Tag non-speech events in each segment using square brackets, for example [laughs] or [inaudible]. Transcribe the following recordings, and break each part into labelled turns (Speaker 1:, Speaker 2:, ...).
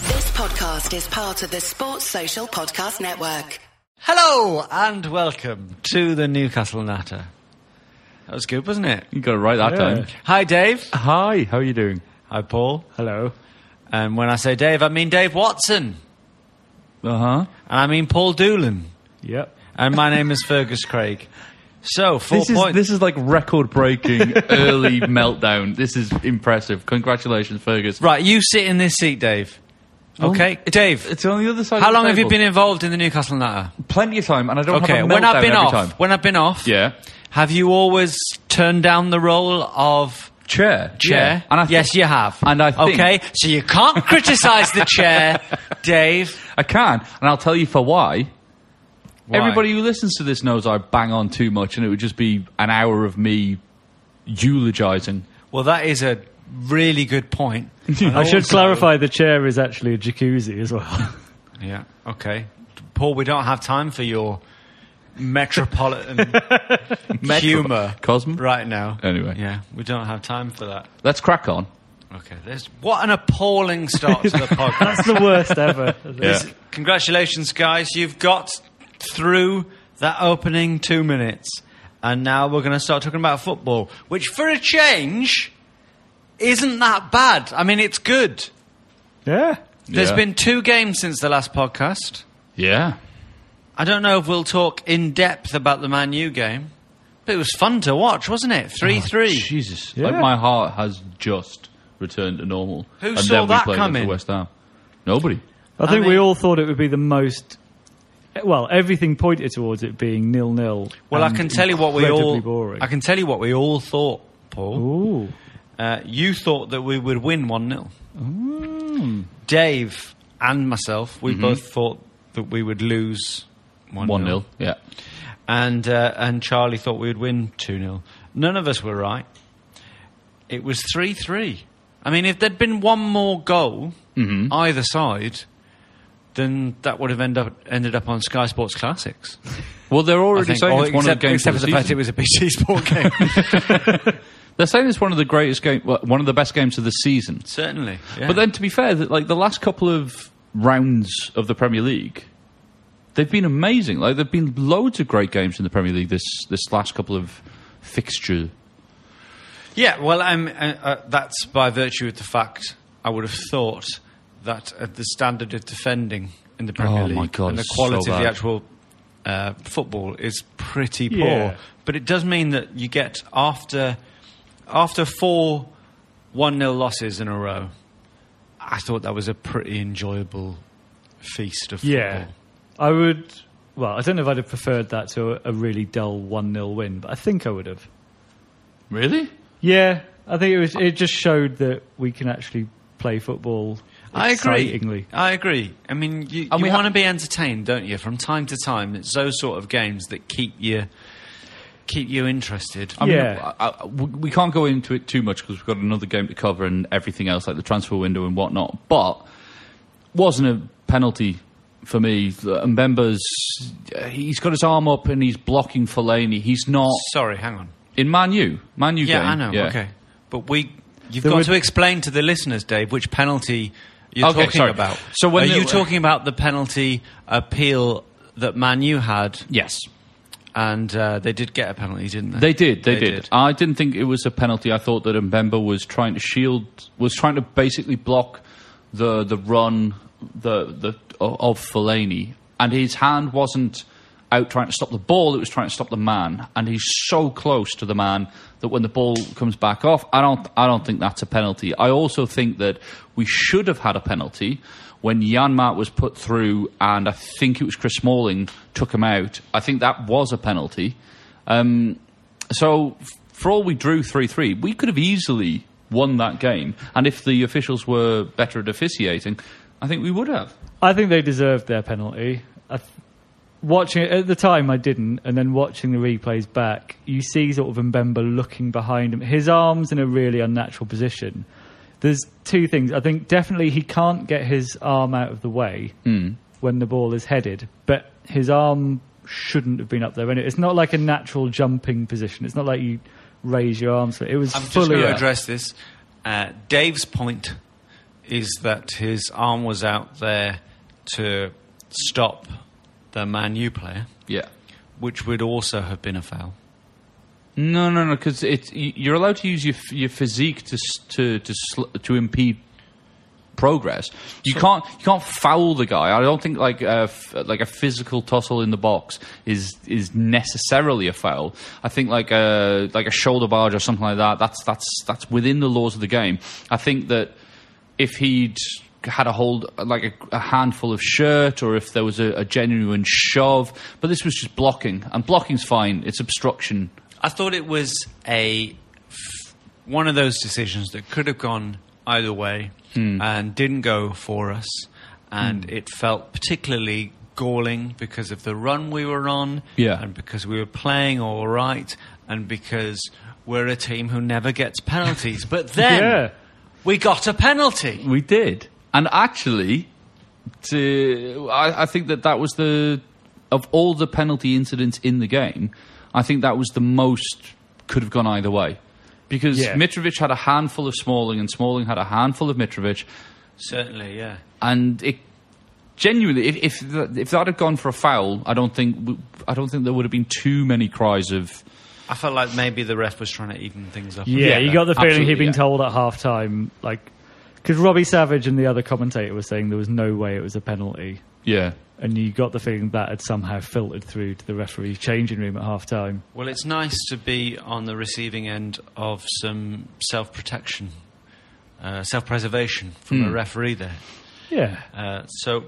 Speaker 1: podcast is part of the Sports Social Podcast Network.
Speaker 2: Hello and welcome to the Newcastle Natter. That was good, wasn't it?
Speaker 3: You got it right that
Speaker 2: Yeah.
Speaker 3: time.
Speaker 2: Hi, Dave.
Speaker 3: Hi, how are you doing?
Speaker 2: Hi, Paul.
Speaker 3: Hello.
Speaker 2: And when I say Dave, I mean Dave Watson.
Speaker 3: Uh huh.
Speaker 2: And I mean Paul Doolan.
Speaker 4: Yep.
Speaker 2: And my name is Fergus Craig. So, four
Speaker 3: This is
Speaker 2: points.
Speaker 3: this is like record [laughs] breaking early meltdown. This is impressive. Congratulations, Fergus.
Speaker 2: Right, you sit in this seat, Dave. Okay, Dave.
Speaker 3: Oh. It's on the other side.
Speaker 2: How
Speaker 3: of the
Speaker 2: long have you
Speaker 3: table.
Speaker 2: been involved in the Newcastle Natter?
Speaker 3: Plenty of time, and I don't
Speaker 2: Okay,
Speaker 3: have a
Speaker 2: when I've
Speaker 3: meltdown
Speaker 2: been
Speaker 3: every
Speaker 2: off,
Speaker 3: time.
Speaker 2: when I've been off,
Speaker 3: Yeah,
Speaker 2: have you always turned down the role of
Speaker 3: chair,
Speaker 2: chair?
Speaker 3: Yeah. and I think-
Speaker 2: yes, you have.
Speaker 3: And I think-
Speaker 2: okay, so you [laughs] can't criticise the chair, Dave.
Speaker 3: I can, and I'll tell you for why.
Speaker 2: Why?
Speaker 3: Everybody who listens to this knows I bang on too much, and it would just be an hour of me eulogising.
Speaker 2: Well, that is a really good point.
Speaker 4: [laughs] I should clarify the chair is actually a jacuzzi as well.
Speaker 2: Yeah. Okay, Paul, we don't have time for your
Speaker 4: [laughs]
Speaker 2: metropolitan humour
Speaker 3: Cosmo?
Speaker 2: right now.
Speaker 3: Anyway.
Speaker 2: yeah, we don't have time for that.
Speaker 3: Let's crack on.
Speaker 2: Okay, there's what an appalling start to the
Speaker 4: [laughs]
Speaker 2: podcast.
Speaker 4: That's the worst ever.
Speaker 3: Yeah.
Speaker 2: Congratulations, guys. You've got through that opening two minutes. And now we're going to start talking about football, which for a change isn't that bad. I mean, it's good.
Speaker 4: Yeah.
Speaker 2: There's
Speaker 3: Yeah.
Speaker 2: been two games since the last podcast.
Speaker 3: Yeah,
Speaker 2: I don't know if we'll talk in depth about the Man U game, but it was fun to watch, wasn't it? 3 3.
Speaker 3: Oh, Jesus,
Speaker 4: Yeah.
Speaker 3: like my heart has just returned to normal.
Speaker 2: Who
Speaker 3: and
Speaker 2: saw
Speaker 3: then we
Speaker 2: that
Speaker 3: played
Speaker 2: coming?
Speaker 3: against West Ham. Nobody.
Speaker 4: I think
Speaker 2: mean-
Speaker 4: we all thought it would be the most. Well, everything pointed towards it being nil nil.
Speaker 2: Well, I can tell you what we all.
Speaker 4: Boring.
Speaker 2: I can tell you what we all thought, Paul.
Speaker 4: Ooh.
Speaker 2: Uh, you thought that we would win 1 0. Dave and myself, we both thought that we would lose 1
Speaker 3: Mm-hmm. One 0 Yeah.
Speaker 2: And, uh, and Charlie thought we would win 2 0. None of us were right. It was 3 3. I mean, if there'd been one more goal
Speaker 3: Mm-hmm.
Speaker 2: either side, then that would have end up, ended up on Sky Sports Classics.
Speaker 3: Well, they're
Speaker 2: I
Speaker 3: already
Speaker 2: think.
Speaker 3: saying
Speaker 2: Or
Speaker 3: it's one
Speaker 2: except,
Speaker 3: of the games.
Speaker 2: except
Speaker 3: of
Speaker 2: for
Speaker 3: the
Speaker 2: the fact
Speaker 3: season.
Speaker 2: it was a BT Sport [laughs] game.
Speaker 3: [laughs] They're saying it's one of the greatest game, well, one of the best games of the season.
Speaker 2: Certainly. yeah.
Speaker 3: But then, to be fair, that like the last couple of rounds of the Premier League, they've been amazing. Like there've been loads of great games in the Premier League this this last couple of fixture.
Speaker 2: Yeah, well, I'm, uh, uh, that's by virtue of the fact I would have thought that uh, the standard of defending in the Premier
Speaker 3: Oh,
Speaker 2: League
Speaker 3: my God,
Speaker 2: and the
Speaker 3: it's
Speaker 2: quality
Speaker 3: so
Speaker 2: of the
Speaker 3: bad.
Speaker 2: actual uh, football is pretty poor.
Speaker 4: Yeah.
Speaker 2: But it does mean that you get after after four one 0 losses in a row. I thought that was a pretty enjoyable feast of
Speaker 4: Yeah.
Speaker 2: football.
Speaker 4: I would. Well, I don't know if I'd have preferred that to a, a really dull 1 0 win, but I think I would have.
Speaker 3: Really?
Speaker 4: Yeah. I think it was. It just showed that we can actually play football
Speaker 2: I agree.
Speaker 4: excitingly.
Speaker 2: I agree. I mean, you, you
Speaker 3: And we ha-
Speaker 2: want to be entertained, don't you? From time to time, it's those sort of games that keep you keep you interested.
Speaker 3: I
Speaker 4: Yeah.
Speaker 3: mean, I, I, we we can't go into it too much because we've got another game to cover and everything else, like the transfer window and whatnot. But wasn't a penalty for me. And Mbemba's he's got his arm up and he's blocking Fellaini. He's not
Speaker 2: Sorry, hang on.
Speaker 3: in Man U. Man U
Speaker 2: Yeah,
Speaker 3: game.
Speaker 2: I know. Okay, but we you've
Speaker 4: There
Speaker 2: got
Speaker 4: would-
Speaker 2: to explain to the listeners, Dave, which penalty you're
Speaker 3: Okay,
Speaker 2: talking
Speaker 3: sorry.
Speaker 2: about.
Speaker 3: So when
Speaker 2: are
Speaker 3: the-
Speaker 2: you talking about the penalty appeal that Manu had,
Speaker 3: Yes.
Speaker 2: and uh, they did get a penalty, didn't they?
Speaker 3: They did. They,
Speaker 2: They
Speaker 3: did.
Speaker 2: did.
Speaker 3: I didn't think it was a penalty. I thought that Mbemba was trying to shield, was trying to basically block the the run the the of Fellaini, and his hand wasn't out trying to stop the ball. It was trying to stop the man, and he's so close to the man that when the ball comes back off, I don't I don't think that's a penalty. I also think that we should have had a penalty. When Jan Mart was put through, and I think it was Chris Smalling took him out, I think that was a penalty. Um, so f- for all we drew three three, we could have easily won that game, and if the officials were better at officiating, I think we would have.
Speaker 4: I think they deserved their penalty. I th- watching it at the time, I didn't, and then watching the replays back, you see sort of Mbemba looking behind him, his arms in a really unnatural position. There's two things. I think definitely he can't get his arm out of the way when the ball is headed, but his arm shouldn't have been up there. And it's not like a natural jumping position. It's not like you raise your arms. It was
Speaker 2: I'm just
Speaker 4: fully
Speaker 2: going to
Speaker 4: up.
Speaker 2: address this. Uh, Dave's point is that his arm was out there to stop the Man U player,
Speaker 3: Yeah.
Speaker 2: which would also have been a foul.
Speaker 3: No, no, no. Because it's y- you're allowed to use your f- your physique to s- to to sl- to impede progress. You can't you can't foul the guy. I don't think like a f- like a physical tussle in the box is is necessarily a foul. I think like a like a shoulder barge or something like that. That's that's that's within the laws of the game. I think that if he'd had a hold like a, a handful of shirt or if there was a, a genuine shove but this was just blocking and blocking's fine it's obstruction
Speaker 2: I thought it was a f- one of those decisions that could have gone either way
Speaker 4: Hmm.
Speaker 2: and didn't go for us, and it felt particularly galling because of the run we were on,
Speaker 3: Yeah.
Speaker 2: and because we were playing all right, and because we're a team who never gets penalties.
Speaker 4: [laughs]
Speaker 2: but then
Speaker 4: Yeah.
Speaker 2: we got a penalty.
Speaker 3: We did, and actually, to I, I think that that was the of all the penalty incidents in the game, I think that was the most could have gone either way, because
Speaker 4: Yeah.
Speaker 3: Mitrovic had a handful of Smalling, and Smalling had a handful of Mitrovic,
Speaker 2: Certainly, yeah.
Speaker 3: and it genuinely, if if, th- if that had gone for a foul, I don't think w- I don't think there would have been too many cries of
Speaker 2: I felt like maybe the ref was trying to even things up. a
Speaker 4: Yeah,
Speaker 2: bit
Speaker 4: you
Speaker 2: there.
Speaker 4: got the feeling
Speaker 3: absolutely,
Speaker 4: he'd been
Speaker 3: yeah.
Speaker 4: told at half time, like, because Robbie Savage and the other commentator were saying there was no way it was a penalty.
Speaker 3: yeah.
Speaker 4: And you got the feeling that had somehow filtered through to the referee's changing room at half time.
Speaker 2: Well, it's nice to be on the receiving end of some self protection, uh, self preservation from a referee there.
Speaker 4: Yeah.
Speaker 2: Uh, so,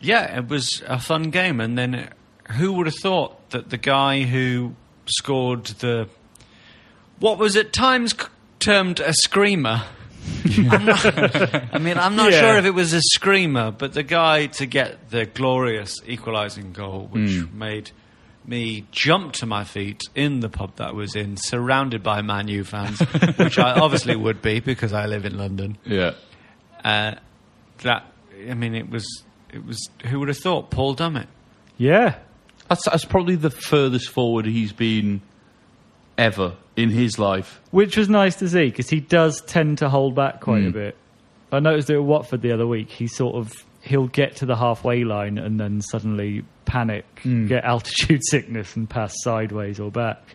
Speaker 2: yeah, it was a fun game. And then who would have thought that the guy who scored the. What was at times c- termed a screamer? I'm not- I mean, I'm not
Speaker 4: Yeah.
Speaker 2: sure if it was a screamer, but the guy to get the glorious equalising goal, which made me jump to my feet in the pub that I was in, surrounded by Man U fans, which I obviously would be because I live in London
Speaker 3: Yeah.
Speaker 2: uh, that I mean, it was it was who would have thought Paul Dummett?
Speaker 4: Yeah.
Speaker 3: That's, that's probably the furthest forward he's been ever in his life.
Speaker 4: Which was nice to see because he does tend to hold back quite a bit. I noticed it at Watford the other week. He sort of he'll get to the halfway line and then suddenly panic, get altitude [laughs] sickness, and pass sideways or back.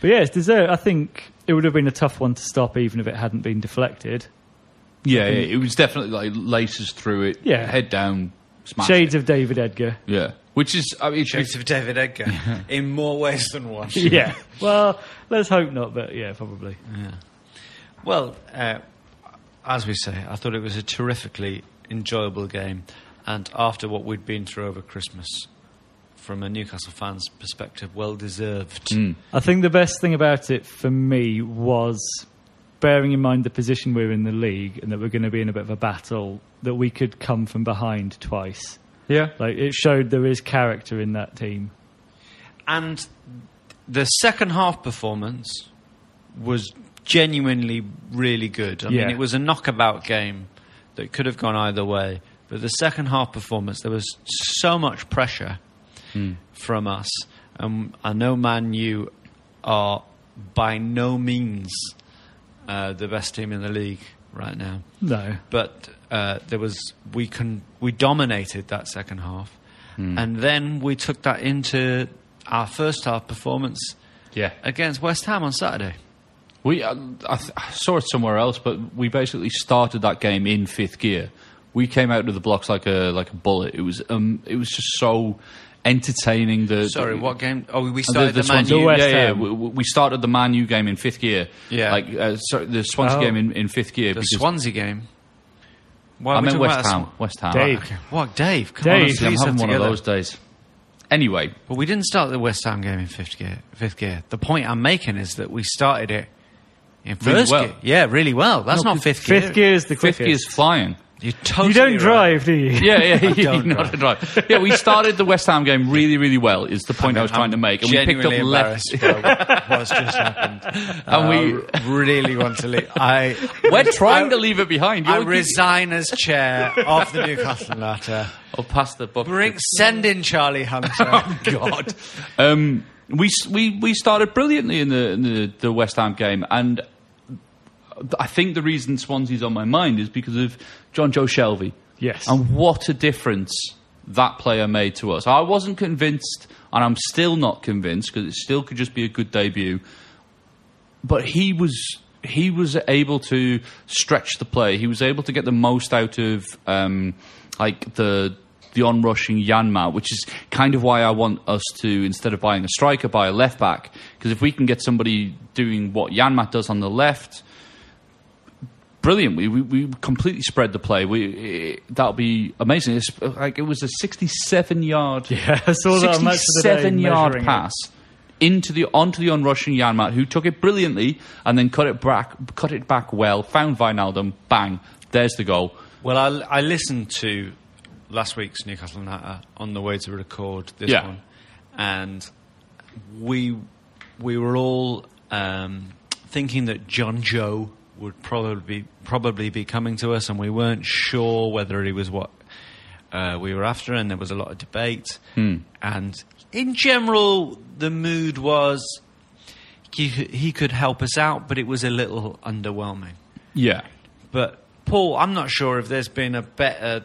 Speaker 4: But yeah, it's dessert. I think it would have been a tough one to stop, even if it hadn't been deflected.
Speaker 3: Yeah, yeah, it was definitely like laces through it.
Speaker 4: Yeah.
Speaker 3: head down, smash.
Speaker 4: Shades
Speaker 3: it.
Speaker 4: of David Edgar.
Speaker 3: yeah, which is I mean, it's-
Speaker 2: Joseph David [laughs] Edgar in more ways than one.
Speaker 4: yeah. [laughs] Well, let's hope not, but yeah, probably.
Speaker 2: Well, uh, as we say, I thought it was a terrifically enjoyable game, and after what we'd been through over Christmas, from a Newcastle fan's perspective, well deserved.
Speaker 4: I think the best thing about it for me was bearing in mind the position we're in the league and that we're going to be in a bit of a battle that we could come from behind twice.
Speaker 3: yeah,
Speaker 4: Like it showed there is character in that team.
Speaker 2: And the second half performance was genuinely really good. I mean,
Speaker 4: Yeah.
Speaker 2: it was a knockabout game that could have gone either way. But the second half performance, there was so much pressure from us. And I know Man U are by no means uh, the best team in the league right now
Speaker 4: No.
Speaker 2: but uh, there was we can we dominated that second half,
Speaker 3: Hmm.
Speaker 2: and then we took that into our first half performance
Speaker 3: yeah.
Speaker 2: against West Ham on Saturday.
Speaker 3: We uh, I, th- I saw it somewhere else, but we basically started that game in fifth gear. We came out of the blocks like a like a bullet. It was um, it was just so entertaining. The
Speaker 2: Sorry, what game? Oh, we
Speaker 3: And the-
Speaker 2: started the,
Speaker 3: the
Speaker 2: Man
Speaker 3: Swansea-
Speaker 2: U.
Speaker 4: The West
Speaker 3: yeah, yeah.
Speaker 4: Ham.
Speaker 3: We, we we started the Man U game in fifth gear.
Speaker 2: Yeah.
Speaker 3: like uh, sorry, the Swansea
Speaker 4: Oh.
Speaker 3: game in, in fifth gear.
Speaker 2: the
Speaker 3: because
Speaker 2: Swansea game. Why
Speaker 3: I
Speaker 2: are we
Speaker 3: meant
Speaker 2: talking
Speaker 3: West
Speaker 2: about
Speaker 3: Ham.
Speaker 2: Swan-
Speaker 3: West Ham.
Speaker 4: Dave.
Speaker 2: Okay. What, Dave? Come
Speaker 4: Dave.
Speaker 2: on,
Speaker 3: Honestly, I'm
Speaker 2: please
Speaker 3: having
Speaker 2: have
Speaker 3: one of
Speaker 2: together.
Speaker 3: those days. Anyway,
Speaker 2: But we didn't start the West Ham game in fifth gear. Fifth gear. The point I'm making is that we started it in first
Speaker 3: Really well.
Speaker 2: gear. Yeah, really well. That's
Speaker 3: No,
Speaker 2: not fifth gear.
Speaker 4: Fifth gear is the
Speaker 3: fifth
Speaker 4: quickest.
Speaker 3: gear's flying.
Speaker 2: You're totally
Speaker 4: you don't
Speaker 2: right.
Speaker 4: drive, do you? [laughs]
Speaker 3: Yeah,
Speaker 2: [laughs]
Speaker 3: yeah, [laughs]
Speaker 2: don't
Speaker 3: not a drive. Yeah, we started the West Ham game really, really well. Is the point I, was trying to make, and we picked up
Speaker 2: Genuinely
Speaker 3: left.
Speaker 2: embarrassed by what's just happened.
Speaker 3: And [laughs] we-
Speaker 2: I r- really want to leave. I
Speaker 3: [laughs] We're trying
Speaker 2: I-
Speaker 3: to leave it behind.
Speaker 2: I
Speaker 3: You're
Speaker 2: resign as chair of the Newcastle Latter.
Speaker 3: or past Oh, the book. [laughs]
Speaker 2: Bring, send in Charlie Hunter.
Speaker 3: Oh, God. Um, we s- we we started brilliantly in the in the, the West Ham game, and I think the reason Swansea's on my mind is because of John Joe Shelby.
Speaker 4: Yes.
Speaker 3: And what a difference that player made to us. I wasn't convinced, and I'm still not convinced because it still could just be a good debut. But he was he was able to stretch the play. He was able to get the most out of um, like the the onrushing Yanma, which is kind of why I want us to instead of buying a striker, buy a left back. Because if we can get somebody doing what Yanma does on the left, brilliant. We, we, we completely spread the play. We it, that'll be amazing. It's, uh, like it was a 67 yard,
Speaker 4: Yeah, I saw that on Match of the Day,
Speaker 3: 67 yard
Speaker 4: measuring it.
Speaker 3: pass into the onto the onrushing Yanmat, who took it brilliantly and then cut it back, cut it back well. Found Vinaldum, bang, there's the goal.
Speaker 2: Well, I, I listened to last week's Newcastle United on the way to record this
Speaker 3: Yeah.
Speaker 2: one, and we we were all um, thinking that John Joe would probably be, probably be coming to us, and we weren't sure whether he was what uh, we were after, and there was a lot of debate. And in general, the mood was he, he could help us out, but it was a little underwhelming.
Speaker 3: Yeah,
Speaker 2: But Paul, I'm not sure if there's been a better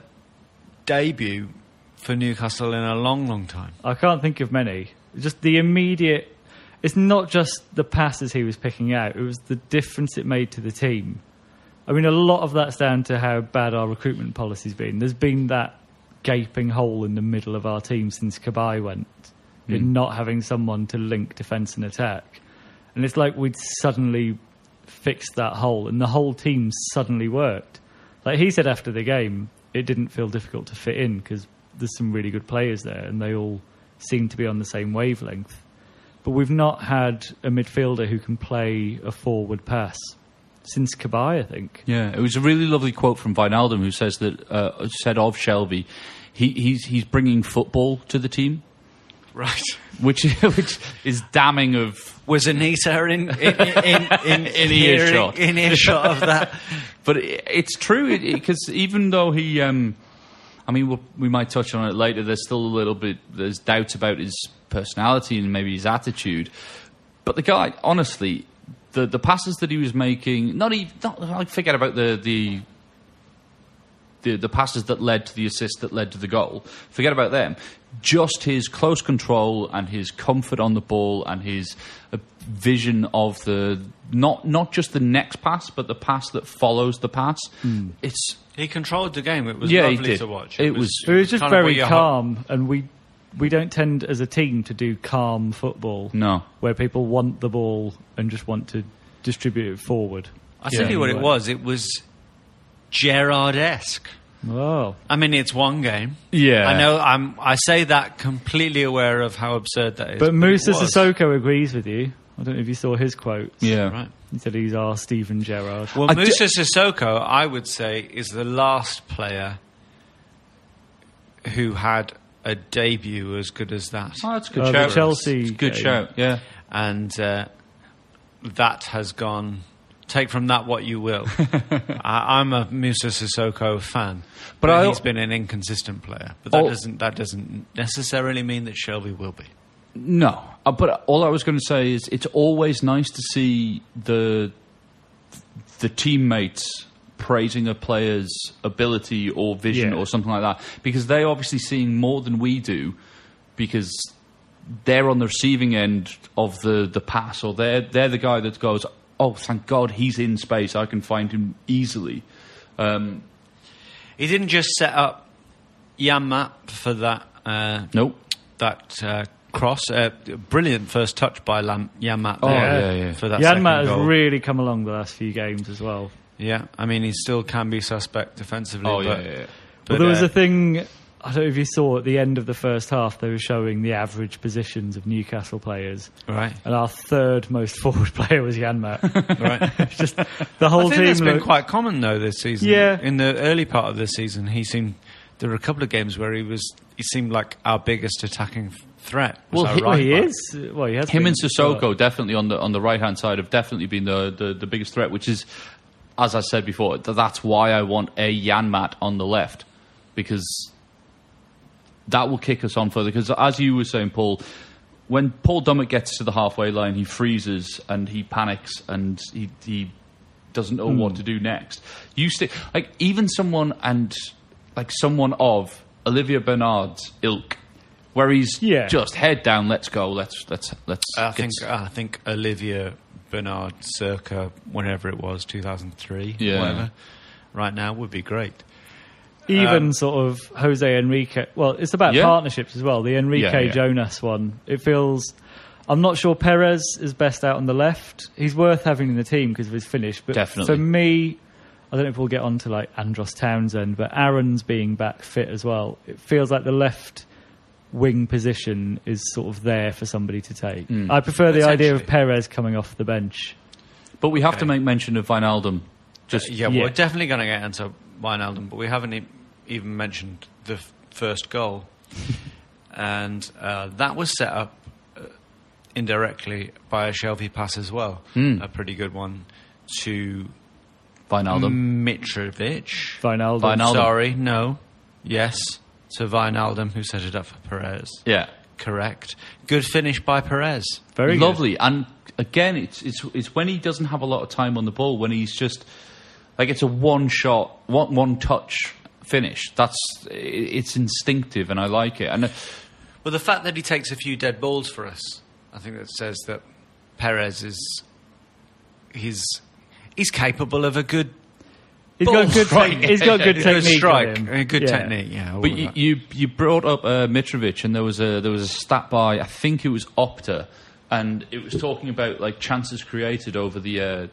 Speaker 2: debut for Newcastle in a long, long time.
Speaker 4: I can't think of many. Just the immediate. It's not just the passes he was picking out, it was the difference it made to the team. I mean, a lot of that's down to how bad our recruitment policy's been. There's been that gaping hole in the middle of our team since Kabai went, in not having someone to link defence and attack. And it's like we'd suddenly fixed that hole, and the whole team suddenly worked. Like he said after the game, it didn't feel difficult to fit in because there's some really good players there, and they all seem to be on the same wavelength. But we've not had a midfielder who can play a forward pass since Kabai, I think.
Speaker 3: Yeah, it was a really lovely quote from Vinaldum, who says that uh, said of Shelby, he, he's he's bringing football to the team,
Speaker 2: Right.
Speaker 3: which [laughs] which is damning of.
Speaker 2: Was Anita in in in in,
Speaker 3: In
Speaker 2: hearing-
Speaker 3: earshot.
Speaker 2: in earshot of that?
Speaker 3: But it, it's true because even though he, um, I mean, we'll, we might touch on it later. There's still a little bit there's doubts about his personality and maybe his attitude. But the guy, honestly, the the passes that he was making, not even not like forget about the the the, the passes that led to the assist that led to the goal. Forget about them. Just his close control and his comfort on the ball and his uh, vision of the not not just the next pass, but the pass that follows the pass. It's
Speaker 2: He controlled the game. It was
Speaker 3: Yeah, he
Speaker 2: lovely
Speaker 3: did.
Speaker 2: to watch.
Speaker 3: It was-
Speaker 4: It was just
Speaker 2: kind of what
Speaker 4: very
Speaker 2: you hope-
Speaker 4: calm, and we we don't tend as a team to do calm football.
Speaker 3: no.
Speaker 4: where people want the ball and just want to distribute it forward.
Speaker 2: I tell
Speaker 3: Yeah.
Speaker 2: you what it was. It was Gerard-esque.
Speaker 4: Wow.
Speaker 2: I mean, it's one game.
Speaker 3: Yeah.
Speaker 2: I know. I'm. I say that completely aware of how absurd that is.
Speaker 4: But Musa
Speaker 2: it was.
Speaker 4: Sissoko agrees with you. I don't know if you saw his quote.
Speaker 3: Yeah.
Speaker 2: Right.
Speaker 4: He said he's our Steven Gerrard.
Speaker 2: Well,
Speaker 3: I do-
Speaker 2: Musa Sissoko, I would say, is the last player who had a debut as good as that,
Speaker 3: Oh, that's a good
Speaker 4: Uh, the
Speaker 3: shout.
Speaker 4: Chelsea
Speaker 3: It's a good
Speaker 4: game.
Speaker 3: shout. Yeah.
Speaker 2: and uh, that has gone. Take from that what you
Speaker 3: [laughs]
Speaker 2: will. I, I'm a Musa Sissoko fan, but,
Speaker 3: I-
Speaker 2: he's been an inconsistent player. But that
Speaker 3: Oh.
Speaker 2: doesn't that doesn't necessarily mean that Shelby will be.
Speaker 3: No, uh, but all I was going to say is it's always nice to see the the teammates praising a player's ability or vision
Speaker 4: Yeah.
Speaker 3: or something like that because they're obviously seeing more than we do because they're on the receiving end of the, the pass or they're they're the guy that goes oh thank god he's in space I can find him easily
Speaker 2: He didn't just set up Yamap for that. Uh,
Speaker 3: nope
Speaker 2: that uh, cross. Uh, brilliant first touch by Lam- Yanmat
Speaker 3: Oh,
Speaker 2: there
Speaker 3: yeah, yeah.
Speaker 2: for that second
Speaker 4: Yanmat has
Speaker 2: goal.
Speaker 4: really come along the last few games as well.
Speaker 2: yeah, I mean he still can be suspect defensively.
Speaker 3: oh yeah,
Speaker 2: but,
Speaker 3: yeah, yeah.
Speaker 2: but,
Speaker 4: Well, there was
Speaker 2: uh,
Speaker 4: a thing, I don't know if you saw at the end of the first half, they were showing the average positions of Newcastle players.
Speaker 2: right,
Speaker 4: And our third most [laughs] forward player was Yanmat.
Speaker 2: [laughs]
Speaker 4: [laughs]
Speaker 2: right.
Speaker 4: just the
Speaker 2: I
Speaker 4: whole
Speaker 2: think
Speaker 4: team
Speaker 2: that's been
Speaker 4: looked-
Speaker 2: quite common though this season.
Speaker 4: Yeah.
Speaker 2: in the early part of the season, he seemed there were a couple of games where he was he seemed like our biggest attacking f- threat. Was
Speaker 3: Well,
Speaker 2: our
Speaker 3: he-
Speaker 4: Well,
Speaker 2: right
Speaker 4: he
Speaker 2: back.
Speaker 4: is. Well, he has
Speaker 3: him
Speaker 4: been,
Speaker 3: and Sissoko definitely on the on the right hand side have definitely been the, the the biggest threat, which is as I said before, th- that's why I want a Yanmat on the left because that will kick us on further. Because as you were saying, Paul, when Paul Dummett gets to the halfway line, he freezes and he panics and he he doesn't know what to do next. You sti like even someone and like someone of Olivia Bernard's ilk, where he's
Speaker 4: Yeah.
Speaker 3: just head down, let's go, let's let's let's.
Speaker 2: I
Speaker 3: get
Speaker 2: think I think Olivia Bernard, circa whenever it was, two thousand three,
Speaker 3: Yeah.
Speaker 2: whatever. Right now would be great.
Speaker 4: Even
Speaker 2: Um,
Speaker 4: sort of Jose Enrique. Well, it's about
Speaker 3: Yeah.
Speaker 4: partnerships as well. The Enrique
Speaker 3: Yeah, yeah.
Speaker 4: Jonas one. It feels. I'm not sure Perez is best out on the left. He's worth having in the team because of his finish. But
Speaker 3: Definitely.
Speaker 4: for me, I don't know if we'll get on to like Andros Townsend, but Aaron's being back fit as well. It feels like the left wing position is sort of there for somebody to take. I prefer the idea of Perez coming off the bench.
Speaker 3: but we have to make mention of Vinaldum. Just
Speaker 2: Yeah,
Speaker 4: Uh, Yeah.
Speaker 2: we're definitely going to get into Wijnaldum, but we haven't e- even mentioned the f- first goal, and uh, that was set up uh, indirectly by a Shelby pass as well, a pretty good one to
Speaker 4: Mm.
Speaker 3: Vinaldum.
Speaker 2: Mitrovic.
Speaker 4: Vinaldo.
Speaker 3: Vinaldum.
Speaker 2: Sorry, no, yes, to Wijnaldum who set it up for Perez.
Speaker 3: Yeah.
Speaker 2: Correct. Good finish by Perez.
Speaker 4: Very good.
Speaker 3: lovely. And again, it's it's it's when he doesn't have a lot of time on the ball, when he's just like it's a one shot, one one touch finish. That's i- it's instinctive, and I like it. And uh,
Speaker 2: Well, the fact that he takes a few dead balls for us, I think that says that Perez is he's he's capable of a good
Speaker 4: He's got
Speaker 2: Ball
Speaker 4: good.
Speaker 2: strike.
Speaker 4: Te- he's got
Speaker 2: [laughs]
Speaker 4: good
Speaker 2: a
Speaker 4: technique. with
Speaker 2: strike,
Speaker 4: him.
Speaker 2: a good
Speaker 4: Yeah.
Speaker 2: technique. Yeah, all
Speaker 3: but
Speaker 2: of
Speaker 3: you,
Speaker 2: that.
Speaker 3: you you brought up uh, Mitrovic, and there was a there was a stat by I think it was Opta, and it was talking about like chances created over the uh,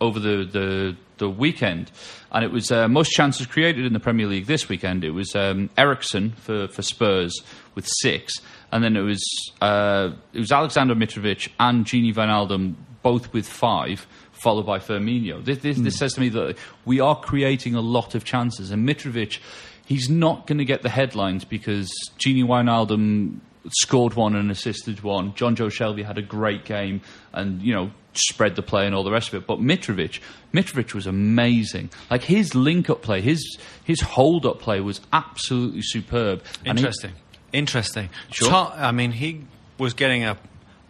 Speaker 3: over the, the the weekend, and it was uh, most chances created in the Premier League this weekend. It was um, Ericsson for for Spurs with six, and then it was uh, it was Alexander Mitrovic and Gini Van Aldum both with five. Followed by Firmino. This, this, this says to me that we are creating a lot of chances, and Mitrovic, he's not going to get the headlines because Genie Wijnaldum scored one and assisted one. John Joe Shelby had a great game and, you know, spread the play and all the rest of it. But Mitrovic, Mitrovic was amazing. Like his link up play, his his hold up play was absolutely superb. And he-
Speaker 2: interesting, interesting.
Speaker 3: Sure.
Speaker 2: Ta- I mean, he was getting a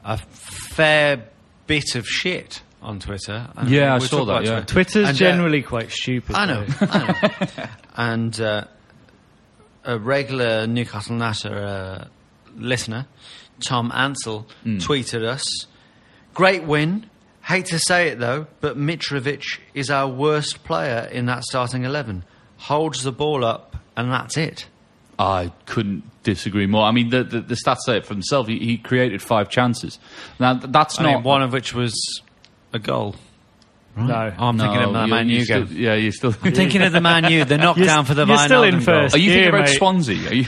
Speaker 2: a fair bit of shit on Twitter. I mean,
Speaker 3: Yeah, I
Speaker 2: we'll
Speaker 3: saw
Speaker 2: talk about
Speaker 3: that, yeah.
Speaker 2: Twitter. And,
Speaker 4: Twitter's
Speaker 2: uh,
Speaker 4: generally quite stupid.
Speaker 2: I know,
Speaker 4: though.
Speaker 2: I [laughs] know. and uh, a regular Newcastle Natter uh, listener, Tom Ansell, tweeted us Great win. Hate to say it though, but Mitrovic is our worst player in that starting 11. Holds the ball up, and that's it.
Speaker 3: I couldn't disagree more. I mean, the, the, the stats say it for themselves. He, he created five chances. Now, th- that's
Speaker 2: I
Speaker 3: not.
Speaker 2: mean, one of which was a goal.
Speaker 4: No.
Speaker 2: Oh, I'm
Speaker 3: No,
Speaker 2: thinking of the
Speaker 3: you're-
Speaker 2: Man
Speaker 3: you're
Speaker 2: U
Speaker 3: still-
Speaker 2: game.
Speaker 3: Yeah,
Speaker 2: [laughs]
Speaker 3: you're still.
Speaker 2: I'm thinking of the Man U, the knockdown for the
Speaker 4: you're still in
Speaker 2: Wijnaldum
Speaker 4: first.
Speaker 3: Are
Speaker 2: goal.
Speaker 3: you
Speaker 4: Yeah,
Speaker 3: thinking about
Speaker 4: mate.
Speaker 3: Swansea? Are
Speaker 4: [laughs]
Speaker 3: you-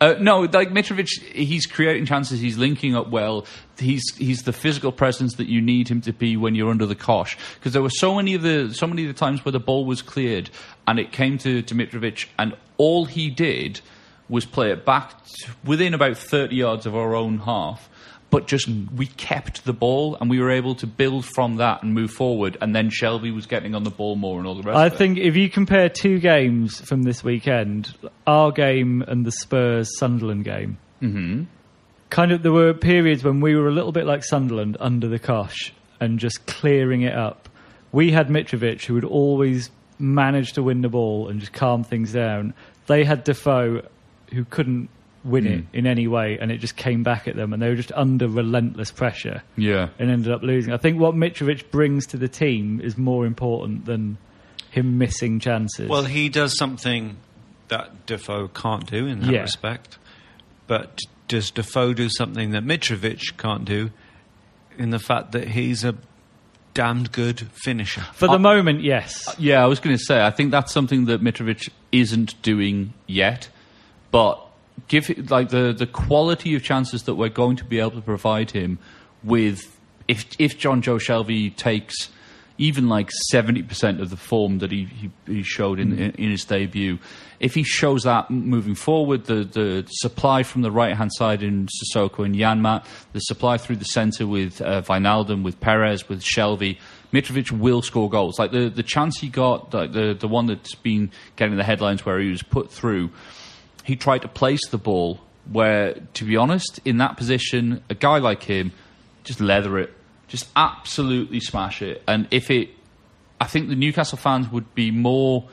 Speaker 3: uh, no, like Mitrovic, he's creating chances. He's linking up well. He's he's the physical presence that you need him to be when you're under the cosh. Because there were so many of the so many of the times where the ball was cleared and it came to, to Mitrovic, and all he did was play it back t- within about 30 yards of our own half. But just we kept the ball and we were able to build from that and move forward. And then Shelby was getting on the ball more and all the rest.
Speaker 4: I
Speaker 3: of it.
Speaker 4: think if you compare two games from this weekend, our game and the Spurs Sunderland game, mm-hmm. kind of there were periods when we were a little bit like Sunderland under the cosh and just clearing it up. We had Mitrovic who would always manage to win the ball and just calm things down. They had Defoe who couldn't win it in any way and it just came back at them and they were just under relentless pressure
Speaker 3: yeah.
Speaker 4: and ended up losing. I think what Mitrovic brings to the team is more important than him missing chances.
Speaker 2: Well, he does something that Defoe can't do in that
Speaker 4: Yeah.
Speaker 2: respect. But does Defoe do something that Mitrovic can't do in the fact that he's a damned good finisher?
Speaker 4: for the moment, yes.
Speaker 3: Yeah, I was going to say, I think that's something that Mitrovic isn't doing yet, but give it, like the the quality of chances that we're going to be able to provide him with if if John Joe Shelby takes even like seventy percent of the form that he, he, he showed in, in in his debut, if he shows that m- moving forward, the the supply from the right hand side in Sissoko and Yanmat, the supply through the centre with uh, Vinaldum, with Perez, with Shelby, Mitrovic will score goals. Like the, the chance he got, like the, the one that's been getting the headlines where he was put through, he tried to place the ball where, to be honest, in that position, a guy like him, just leather it. Just absolutely smash it. And if it, I think the Newcastle fans would be more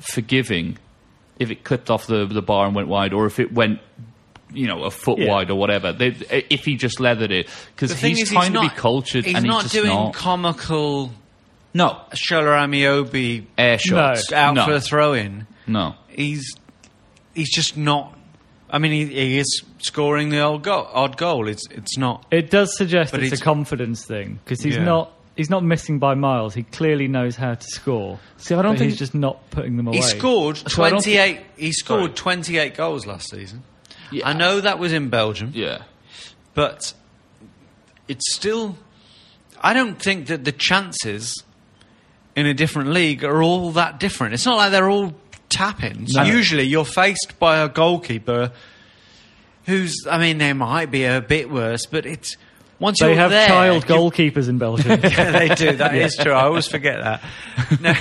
Speaker 3: forgiving if it clipped off the, the bar and went wide, or if it went, you know, a foot
Speaker 4: Yeah.
Speaker 3: wide or whatever. They, if he just leathered it, because
Speaker 2: The thing
Speaker 3: he's
Speaker 2: is,
Speaker 3: trying
Speaker 2: he's
Speaker 3: to
Speaker 2: not,
Speaker 3: be cultured
Speaker 2: He's
Speaker 3: and
Speaker 2: not
Speaker 3: he's just
Speaker 2: doing
Speaker 3: not.
Speaker 2: comical
Speaker 3: no,
Speaker 2: Shola
Speaker 3: air shots.
Speaker 2: out
Speaker 3: Eh, no.
Speaker 2: for a throw-in.
Speaker 3: no.
Speaker 2: he's he's just not. I mean, he, he is scoring the old goal, odd goal. It's it's not.
Speaker 4: It does suggest
Speaker 2: But
Speaker 4: it's,
Speaker 2: it's-
Speaker 4: a confidence thing because he's
Speaker 2: Yeah.
Speaker 4: not he's not missing by miles. He clearly knows how to score.
Speaker 3: See, I don't
Speaker 4: but
Speaker 3: think-
Speaker 4: he's just not putting them away.
Speaker 2: He scored
Speaker 3: So I don't
Speaker 2: twenty eight. He scored twenty eight goals last season.
Speaker 3: Yeah.
Speaker 2: I know that was in Belgium,
Speaker 3: Yeah.
Speaker 2: but it's still. I don't think that the chances in a different league are all that different. It's not like they're all tap-ins.
Speaker 3: No.
Speaker 2: Usually, you're faced by a goalkeeper who's. I mean, they might be a bit worse, but it's. Once
Speaker 4: They
Speaker 2: you're
Speaker 4: have
Speaker 2: there,
Speaker 4: child
Speaker 2: you've
Speaker 4: goalkeepers in Belgium.
Speaker 2: [laughs] Yeah, they do.
Speaker 4: [laughs]
Speaker 2: That is true. I always forget that. No,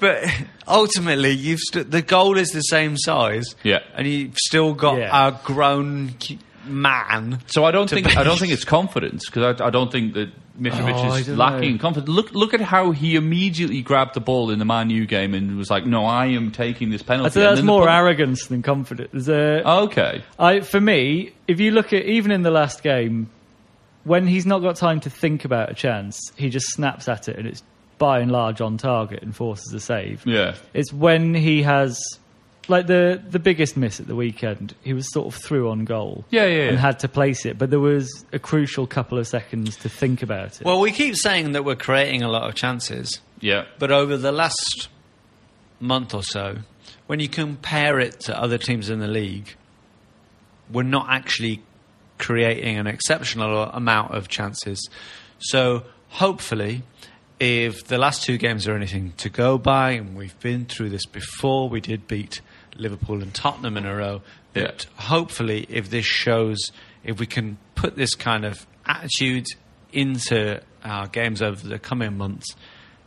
Speaker 2: [laughs] but ultimately, you've st- the goal is the same size.
Speaker 3: Yeah.
Speaker 2: and you've still got
Speaker 4: Yeah.
Speaker 2: a grown ki- man.
Speaker 3: So I don't
Speaker 2: to
Speaker 3: think
Speaker 2: bench.
Speaker 3: I don't think it's confidence because I, I don't think that Mitrovic
Speaker 4: Oh, I
Speaker 3: is
Speaker 4: don't
Speaker 3: lacking
Speaker 4: know.
Speaker 3: in confidence. Look look at how he immediately grabbed the ball in the Man U game and was like, "No, I am taking this penalty."
Speaker 4: I think
Speaker 3: And
Speaker 4: that's
Speaker 3: then the
Speaker 4: more
Speaker 3: pun-
Speaker 4: arrogance than confidence. There's a-
Speaker 3: Okay,
Speaker 4: I, for me, if you look at even in the last game, when he's not got time to think about a chance, he just snaps at it and it's by and large on target and forces a save.
Speaker 3: yeah,
Speaker 4: It's when he has like the the biggest miss at the weekend. He was sort of through on goal.
Speaker 3: Yeah, yeah,
Speaker 4: And
Speaker 3: yeah.
Speaker 4: had to place it, but there was a crucial couple of seconds to think about it.
Speaker 2: Well, we keep saying that we're creating a lot of chances,
Speaker 3: yeah,
Speaker 2: but over the last month or so, when you compare it to other teams in the league, we're not actually creating an exceptional amount of chances. So hopefully, if the last two games are anything to go by, and we've been through this before, we did beat Liverpool and Tottenham in a row, that hopefully, if this shows, if we can put this kind of attitude into our games over the coming months,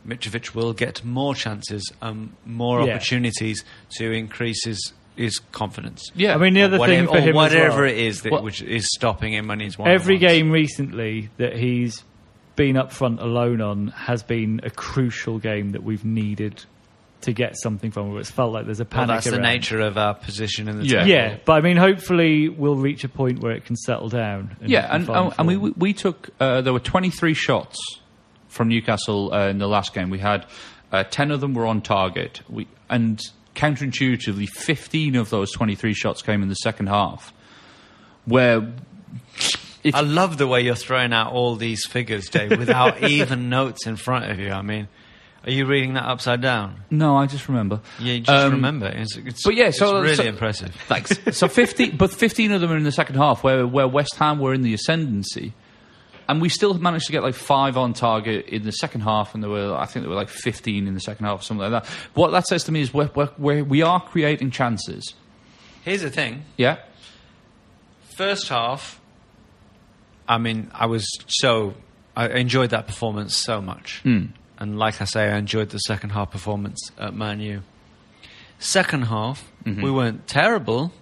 Speaker 2: Mitrovic will get more chances and more
Speaker 4: Yeah.
Speaker 2: opportunities to increase his, his confidence
Speaker 3: yeah.
Speaker 4: I mean, the other
Speaker 2: whatever,
Speaker 4: thing for
Speaker 2: or
Speaker 4: him as
Speaker 2: whatever
Speaker 4: well-
Speaker 2: it is that
Speaker 3: Well-
Speaker 2: which is stopping him when he's one
Speaker 4: Every game recently that he's been up front alone on has been a crucial game that we've needed to get something from. Where it's felt like there's a
Speaker 2: Well,
Speaker 4: panic.
Speaker 2: that's the
Speaker 4: around.
Speaker 2: nature of our position in the
Speaker 3: Yeah.
Speaker 2: table.
Speaker 4: Yeah, but I mean, hopefully we'll reach a point where it can settle down. we
Speaker 3: yeah,
Speaker 4: can
Speaker 3: and
Speaker 4: find
Speaker 3: and, and we
Speaker 4: form.
Speaker 3: we we took uh, there were twenty three shots from Newcastle uh, in the last game. We had uh, ten of them were on target. We and counterintuitively, fifteen of those twenty three shots came in the second half, where
Speaker 2: I love the way you're throwing out all these figures, Dave,
Speaker 4: [laughs]
Speaker 2: without even notes in front of you. I mean, are you reading that upside down?
Speaker 3: no, I just remember.
Speaker 2: You just
Speaker 3: Um,
Speaker 2: remember. It's, it's,
Speaker 3: but yeah, so-
Speaker 2: it's really
Speaker 3: so-
Speaker 2: impressive.
Speaker 3: Thanks. So fifteen, but fifteen of them are in the second half, where where West Ham were in the ascendancy, and we still managed to get like five on target in the second half, and there were I think there were like fifteen in the second half, something like that. What that says to me is we're, we're, we're, we are creating chances.
Speaker 2: Here's the thing.
Speaker 3: Yeah,
Speaker 2: First half, I mean, I was so I enjoyed that performance so much, and like I say, I enjoyed the second half performance at Man U. Second half, we weren't terrible,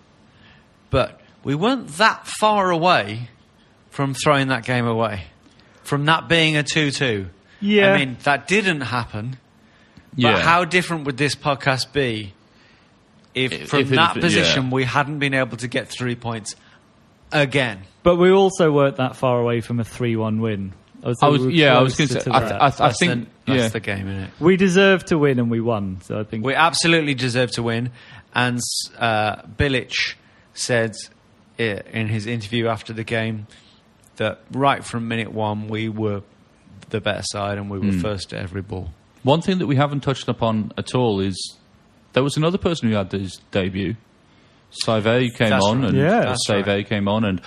Speaker 2: but we weren't that far away from throwing that game away, from that being a two-two.
Speaker 4: Yeah.
Speaker 2: I mean that didn't happen.
Speaker 3: yeah.
Speaker 2: But how different would this podcast be if,
Speaker 3: If-
Speaker 2: from
Speaker 3: if it
Speaker 2: that
Speaker 3: had been-
Speaker 2: position
Speaker 3: yeah.
Speaker 2: we hadn't been able to get three points again?
Speaker 4: but we also weren't that far away from a three-one win. I was,
Speaker 3: I was yeah, I was going to say. I, th-
Speaker 4: that.
Speaker 3: I, th- I
Speaker 2: That's
Speaker 3: think
Speaker 2: the, that's
Speaker 3: yeah.
Speaker 2: the game, is it?
Speaker 4: we deserve to win and we won. So I think
Speaker 2: We absolutely deserve to win. And uh, Bilic said i- in his interview after the game that right from minute one we were the better side and we
Speaker 3: Hmm.
Speaker 2: were first at every ball.
Speaker 3: One thing that we haven't touched upon at all is there was another person who had his debut. Saive came
Speaker 2: That's
Speaker 3: on,
Speaker 2: right.
Speaker 3: and
Speaker 4: Yeah.
Speaker 3: uh,
Speaker 2: That's
Speaker 3: Saive came on, and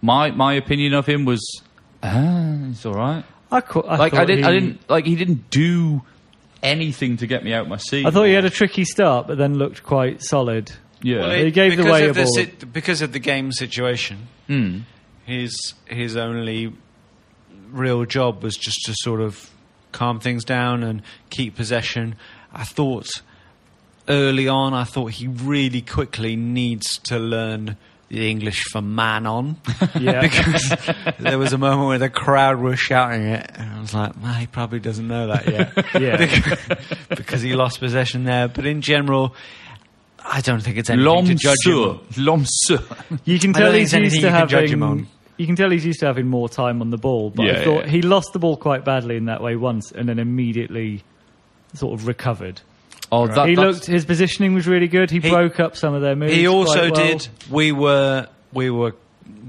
Speaker 3: my my opinion of him was, ah, he's all right.
Speaker 4: I, co- I
Speaker 3: Like I,
Speaker 4: thought
Speaker 3: didn't, I
Speaker 4: he-
Speaker 3: didn't, like he didn't do anything to get me out my seat.
Speaker 4: I thought he had a tricky start, but then looked
Speaker 3: [laughs]
Speaker 4: quite solid.
Speaker 3: yeah,
Speaker 2: Well,
Speaker 4: it- He gave the
Speaker 2: because
Speaker 4: way Hmm.
Speaker 2: of
Speaker 4: a ball.
Speaker 2: sit- because of the game situation. His his only real job was just to sort of calm things down and keep possession. I thought early on, I thought he really quickly needs to learn the English for man on.
Speaker 4: [laughs]
Speaker 2: [laughs]
Speaker 4: Yeah.
Speaker 2: because there was a moment where the crowd were shouting it, and I was like, well, he probably doesn't know that
Speaker 4: [laughs]
Speaker 2: yet.
Speaker 4: Yeah. [laughs]
Speaker 2: because he lost possession there. But in general, I don't think it's anything to
Speaker 3: L'homme
Speaker 2: judge him
Speaker 3: sûr.
Speaker 2: on.
Speaker 3: L'homme
Speaker 4: [laughs]
Speaker 3: sûr.
Speaker 4: You can
Speaker 2: I don't
Speaker 4: tell
Speaker 2: think
Speaker 4: he's
Speaker 2: there's anything
Speaker 4: used to
Speaker 2: you can judge him
Speaker 4: having.
Speaker 2: on.
Speaker 4: You can tell he's used to having more time on the ball, but
Speaker 3: Yeah,
Speaker 4: I thought
Speaker 3: yeah.
Speaker 4: he lost the ball quite badly in that way once, and then immediately sort of recovered.
Speaker 3: Oh, that,
Speaker 4: he
Speaker 3: that's-
Speaker 4: looked. His positioning was really good. He, broke up some of their moves.
Speaker 2: He also
Speaker 4: quite well.
Speaker 2: did. We were we were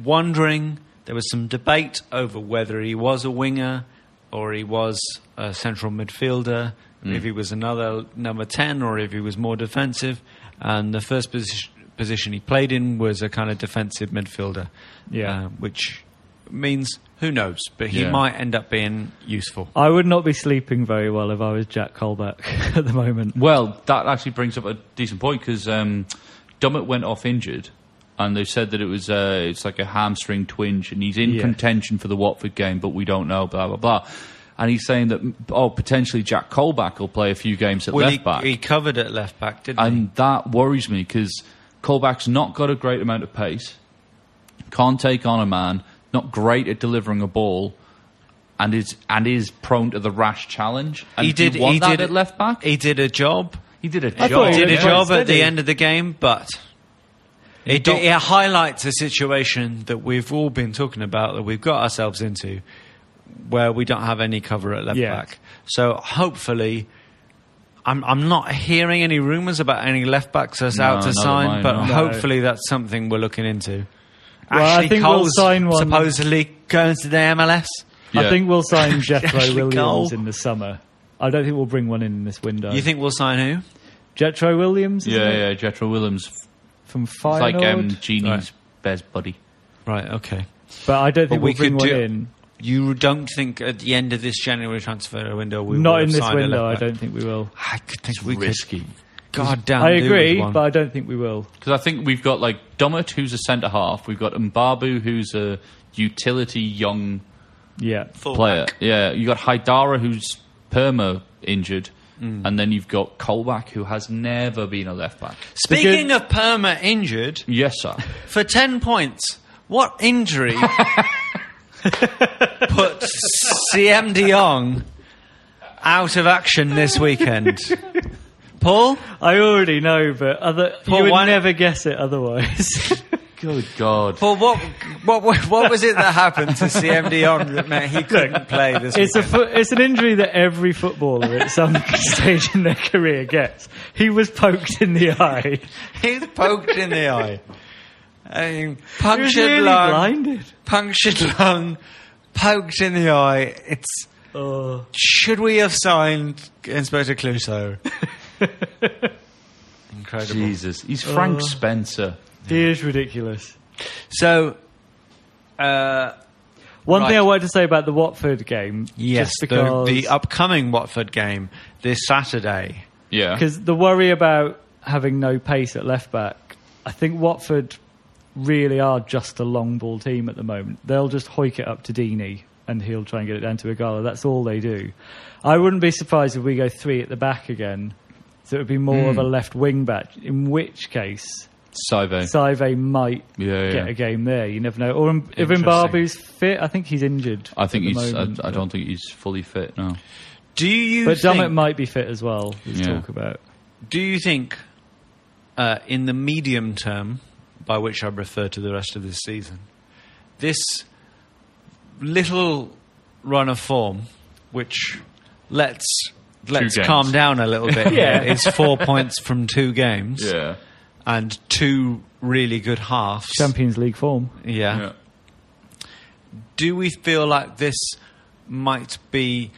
Speaker 2: wondering. There was some debate over whether he was a winger or he was a central midfielder,
Speaker 4: Hmm.
Speaker 2: if he was another number ten or if he was more defensive. And the first position position he played in was a kind of defensive midfielder.
Speaker 4: Yeah.
Speaker 2: uh, which means who knows, but he
Speaker 3: Yeah.
Speaker 2: might end up being useful.
Speaker 4: I would not be sleeping very well if I was Jack Colback [laughs] at the moment.
Speaker 3: Well, that actually brings up a decent point because um, Dummett went off injured, and they said that it was uh, it's like a hamstring twinge, and he's in
Speaker 4: Yeah.
Speaker 3: contention for the Watford game, but we don't know. Blah blah blah. And he's saying that oh, potentially Jack Colback will play a few games at
Speaker 2: Well,
Speaker 3: left
Speaker 2: he,
Speaker 3: back,
Speaker 2: he covered at left back, didn't he?
Speaker 3: and that worries me because Colback's not got a great amount of pace, can't take on a man, not great at delivering a ball. And is and is prone to the rash challenge. And
Speaker 2: he did.
Speaker 3: You want
Speaker 2: he
Speaker 3: that
Speaker 2: did
Speaker 3: at left back.
Speaker 2: He did a job.
Speaker 3: He did a
Speaker 4: I thought
Speaker 3: job.
Speaker 2: He
Speaker 4: he
Speaker 2: did a
Speaker 4: looked quite
Speaker 2: job at
Speaker 4: steady.
Speaker 2: the end of the game, but it, do-
Speaker 3: don't-
Speaker 2: it highlights a situation that we've all been talking about that we've got ourselves into, where we don't have any cover at left
Speaker 4: Yeah.
Speaker 2: back. So hopefully. I'm, I'm not hearing any rumours about any left backs us
Speaker 3: No,
Speaker 2: out to
Speaker 3: neither
Speaker 2: sign,
Speaker 3: am I,
Speaker 2: but
Speaker 3: no.
Speaker 4: No.
Speaker 2: hopefully that's something we're looking into.
Speaker 4: Well, I
Speaker 2: Ashley
Speaker 4: think we'll
Speaker 2: Cole's
Speaker 4: sign one.
Speaker 2: supposedly going to the MLS.
Speaker 3: Yeah.
Speaker 4: I think
Speaker 2: [laughs]
Speaker 4: we'll sign Jethro
Speaker 2: Ashley
Speaker 4: Williams
Speaker 2: Cole.
Speaker 4: in the summer. I don't think we'll bring one in in this window.
Speaker 2: You think we'll sign who?
Speaker 4: Jethro Williams? isn't
Speaker 3: Yeah,
Speaker 4: it? Oh,
Speaker 3: yeah, Jethro Williams. It's
Speaker 4: From Feyenoord.
Speaker 3: like um, Genie's
Speaker 2: Right.
Speaker 3: best buddy.
Speaker 2: Right, okay.
Speaker 4: but I don't think
Speaker 2: But we
Speaker 4: we'll bring
Speaker 2: could
Speaker 4: one
Speaker 2: do-
Speaker 4: in.
Speaker 2: You don't think at the end of this January transfer window we will
Speaker 4: Not in
Speaker 2: have
Speaker 4: this
Speaker 2: signed a
Speaker 4: window. I
Speaker 2: left back?
Speaker 4: don't think we will.
Speaker 2: I could think we
Speaker 3: risky.
Speaker 2: could. God damn.
Speaker 4: I
Speaker 2: do with
Speaker 4: agree,
Speaker 2: one.
Speaker 4: but I don't think we will.
Speaker 3: Because I think we've got like Dummett, who's a centre half. We've got Mbabu, who's a utility young
Speaker 4: Yeah.
Speaker 3: player. Yeah, you got Haidara, who's perma injured, and then you've got Colback, who has never been a left back.
Speaker 2: Speaking of Perma injured
Speaker 3: Yes, sir.
Speaker 2: for ten points, what injury
Speaker 4: [laughs]
Speaker 2: put CM De Jong out of action this weekend? Paul,
Speaker 4: I already know, but other
Speaker 2: Paul,
Speaker 4: you would
Speaker 2: why-
Speaker 4: never guess it otherwise.
Speaker 2: [laughs]
Speaker 3: Good God.
Speaker 2: Paul, what what what was it that happened to CM De Jong that meant he couldn't play this weekend?
Speaker 4: it's a foot, it's an injury that every footballer at some [laughs] stage in their career gets. He was poked in the eye.
Speaker 2: He's poked in the eye. I mean,
Speaker 4: He was
Speaker 2: punctured
Speaker 4: nearly
Speaker 2: lung,
Speaker 4: blinded.
Speaker 2: punctured lung, poked in the eye. It's
Speaker 4: Oh.
Speaker 2: should we have signed Inspector Clouseau? [laughs] Incredible.
Speaker 3: Jesus. He's Frank Spencer.
Speaker 4: He is ridiculous.
Speaker 2: So, uh,
Speaker 4: One
Speaker 2: Right.
Speaker 4: thing I wanted to say about the Watford game,
Speaker 2: yes,
Speaker 4: just
Speaker 2: the,
Speaker 4: because
Speaker 2: the upcoming Watford game this Saturday.
Speaker 3: [laughs] Yeah.
Speaker 4: because the worry about having no pace at left back, I think Watford really are just a long ball team at the moment. They'll just hoik it up to Deeney and he'll try and get it down to Igala. That's all they do. I wouldn't be surprised if we go three at the back again. So it would be more
Speaker 3: Hmm.
Speaker 4: of a left wing back, in which case
Speaker 3: Saive.
Speaker 4: Saive might
Speaker 3: Yeah,
Speaker 4: get
Speaker 3: yeah.
Speaker 4: a game there. You never know. Or um, if
Speaker 2: Interesting.
Speaker 4: Mbabu's fit, I think he's injured.
Speaker 3: I think
Speaker 4: at the
Speaker 3: he's. I,
Speaker 4: moment,
Speaker 3: I don't think he's fully fit now.
Speaker 2: Do you
Speaker 4: But
Speaker 2: think,
Speaker 4: Dummett might be fit as well. There's
Speaker 3: Yeah.
Speaker 4: talk about.
Speaker 2: do you think uh, in the medium term, by which I refer to the rest of this season, this little run of form, which let's let's
Speaker 3: games.
Speaker 2: calm down a little bit,
Speaker 4: Yeah.
Speaker 2: yeah, is four [laughs] points from two games
Speaker 3: Yeah.
Speaker 2: and two really good halves.
Speaker 4: Champions League form.
Speaker 2: yeah.
Speaker 3: Yeah.
Speaker 2: Do we feel like this might be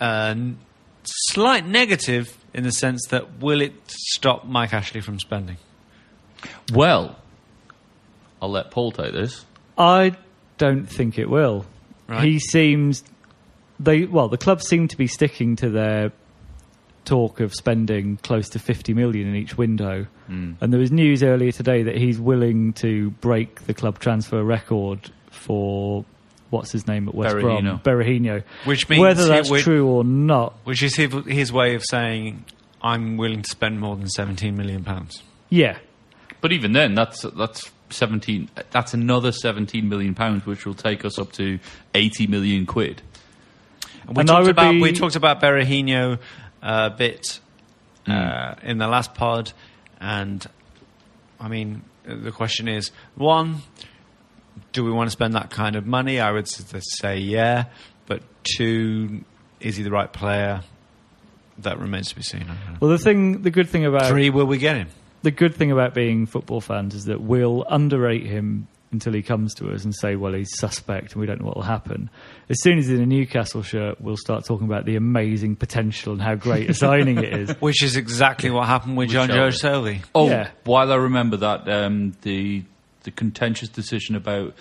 Speaker 2: a n- slight negative in the sense that will it stop Mike Ashley from spending?
Speaker 3: Well, I'll let Paul take this.
Speaker 4: I don't think it will.
Speaker 2: Right.
Speaker 4: He seems they well, the club seem to be sticking to their talk of spending close to 50 million in each window.
Speaker 2: Hmm.
Speaker 4: And there was news earlier today that he's willing to break the club transfer record for what's his name at West Brom,
Speaker 3: Berahino.
Speaker 4: Berahino.
Speaker 2: Which means
Speaker 4: whether
Speaker 2: he
Speaker 4: that's
Speaker 2: would-
Speaker 4: true or not,
Speaker 2: Which is his, his way of saying, I'm willing to spend more than £17 million. pounds."
Speaker 4: yeah,
Speaker 3: But even then, that's that's 17 that's another 17 million pounds which will take us up to 80 million quid
Speaker 2: We
Speaker 4: And I
Speaker 2: talked
Speaker 4: would
Speaker 2: about
Speaker 4: be-
Speaker 2: we talked about Berahino a bit
Speaker 4: Hmm.
Speaker 2: uh, in the last pod, and I mean the question is one: Do we want to spend that kind of money? I would s- say yeah, but two: Is he the right player? That remains to be seen. I don't know.
Speaker 4: Well, the thing, the good thing about
Speaker 2: Three: Will we get him?
Speaker 4: the good thing about being football fans is that we'll underrate him until he comes to us and say, well, he's suspect and we don't know what will happen. As soon as he's in a Newcastle shirt, we'll start talking about the amazing potential and how great a signing it is.
Speaker 2: Which is exactly what happened with
Speaker 3: With
Speaker 2: John Joe
Speaker 3: Shelby.
Speaker 2: Selby.
Speaker 3: oh
Speaker 4: Yeah.
Speaker 3: while i remember that um, the the contentious decision about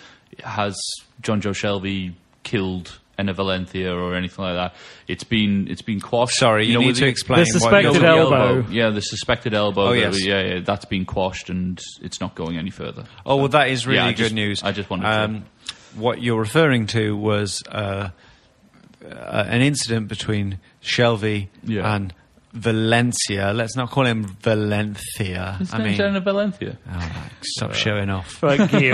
Speaker 3: has john joe shelby killed Enna Valencia or anything like that. It's been it's been quashed.
Speaker 2: Sorry, you,
Speaker 3: know,
Speaker 2: need
Speaker 3: with
Speaker 2: to
Speaker 3: the-
Speaker 2: explain. why-
Speaker 3: you know,
Speaker 4: The suspected
Speaker 3: with the
Speaker 4: elbow.
Speaker 3: Yeah, the suspected elbow.
Speaker 2: Oh,
Speaker 3: that-
Speaker 2: yes.
Speaker 3: yeah, yeah, that's been quashed and it's not going any further.
Speaker 2: Oh well, that is really
Speaker 3: Um, Yeah, I
Speaker 2: good
Speaker 3: just-
Speaker 2: news. Um,
Speaker 3: I just wanted to-
Speaker 2: what you're referring to was uh, uh, an incident between Shelby
Speaker 3: Yeah.
Speaker 2: and Valencia. Let's not call him Valencia.
Speaker 3: His
Speaker 2: I
Speaker 3: name's
Speaker 2: mean,
Speaker 3: Enna Valencia.
Speaker 2: Oh, right, stop showing off.
Speaker 4: Fuck you,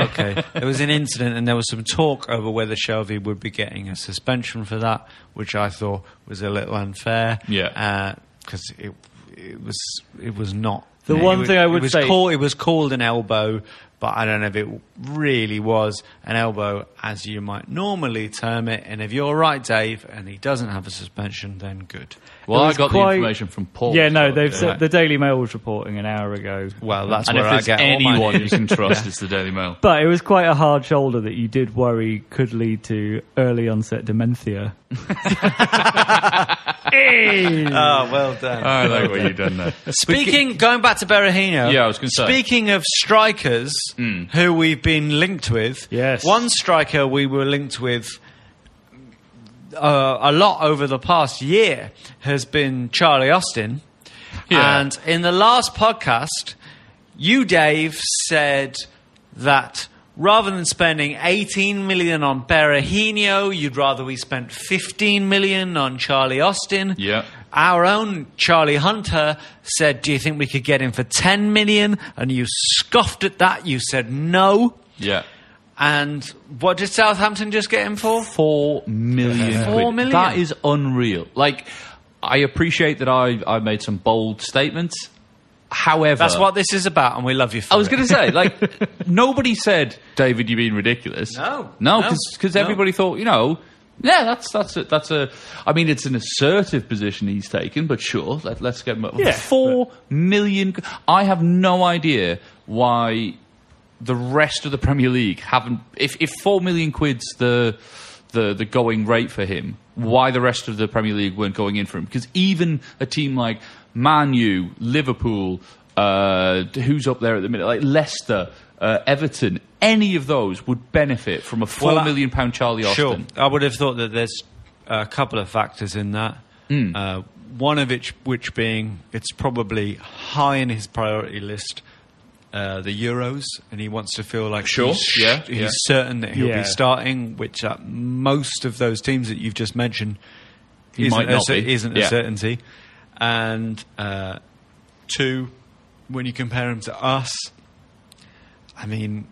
Speaker 2: [laughs] Okay, there was an incident, and there was some talk over whether Shelby would be getting a suspension for that, which I thought was a little unfair.
Speaker 3: Yeah.
Speaker 2: because it it was it was not.
Speaker 4: The
Speaker 2: it
Speaker 4: one
Speaker 2: was-
Speaker 4: thing I would
Speaker 2: it was
Speaker 4: say-
Speaker 2: call- it was called an elbow, but I don't know if it really was an elbow as you might normally term it. And if you're right, Dave, and he doesn't have a suspension, then good.
Speaker 3: Well,
Speaker 4: It
Speaker 3: I
Speaker 4: was
Speaker 3: got the
Speaker 4: quite-
Speaker 3: information from Paul.
Speaker 4: Yeah, no,
Speaker 3: so,
Speaker 4: they've
Speaker 3: uh,
Speaker 4: said, the Daily Mail was reporting an hour ago.
Speaker 2: Well, that's
Speaker 3: and
Speaker 2: where
Speaker 3: if
Speaker 2: I
Speaker 3: there's
Speaker 2: get all my [laughs]
Speaker 3: anyone you
Speaker 2: news.
Speaker 3: can trust, it's the Daily Mail.
Speaker 4: But it was quite a hard shoulder that you did worry could lead to early
Speaker 3: [laughs]
Speaker 4: onset dementia.
Speaker 2: [laughs] Oh, well done.
Speaker 3: I like what you've done there.
Speaker 2: Speaking, going back to Berahino.
Speaker 3: Yeah, I was gonna say. Mm.
Speaker 2: Speaking of strikers who we've been linked with,
Speaker 4: Yes.
Speaker 2: one striker we were linked with uh, a lot over the past year has been Charlie Austin.
Speaker 3: Yeah.
Speaker 2: And in the last podcast, you, Dave, said that rather than spending 18 million on Berahino, you'd rather we spent 15 million on Charlie Austin.
Speaker 3: Yeah.
Speaker 2: Our own Charlie Hunter said, Do you think we could get him for 10 million? And you scoffed at that. You said no.
Speaker 3: Yeah.
Speaker 2: And what did Southampton just get him for?
Speaker 3: Four million.
Speaker 2: Four
Speaker 3: quid.
Speaker 2: million.
Speaker 3: That is unreal. Like, I appreciate that I, I made some bold statements. However,
Speaker 2: That's what this is about, and we love you for
Speaker 3: I was
Speaker 2: it.
Speaker 3: going to
Speaker 2: [laughs]
Speaker 3: say, like, nobody said, David, you're being ridiculous.
Speaker 2: No.
Speaker 3: No,
Speaker 2: No.
Speaker 3: because
Speaker 2: No.
Speaker 3: everybody thought, you know, yeah, that's that's a, that's a. I mean, it's an assertive position he's taken, but sure, let, let's get him up.
Speaker 4: Yeah,
Speaker 3: Four million- I have no idea why the rest of the Premier League haven't. If if four million quid's the the the going rate for him, why the rest of the Premier League weren't going in for him? Because even a team like Man U, Liverpool, uh, who's up there at the minute, like Leicester, uh, Everton, any of those would benefit from a four
Speaker 2: Well, I-
Speaker 3: million pound Charlie
Speaker 2: Sure.
Speaker 3: Austin.
Speaker 2: I would have thought that there's a couple of factors in that.
Speaker 3: Hmm.
Speaker 2: Uh, one of which, which being it's probably high in his priority list, uh, the Euros, and he wants to feel like
Speaker 3: Sure,
Speaker 2: he's,
Speaker 3: yeah,
Speaker 2: he's
Speaker 3: yeah.
Speaker 2: certain that he'll
Speaker 4: Yeah.
Speaker 2: be starting, which at most of those teams that you've just mentioned
Speaker 3: He
Speaker 2: isn't,
Speaker 3: might
Speaker 2: a,
Speaker 3: not
Speaker 2: cer-
Speaker 3: be.
Speaker 2: isn't
Speaker 3: Yeah.
Speaker 2: a certainty. And uh, two, when you compare him to us, I mean,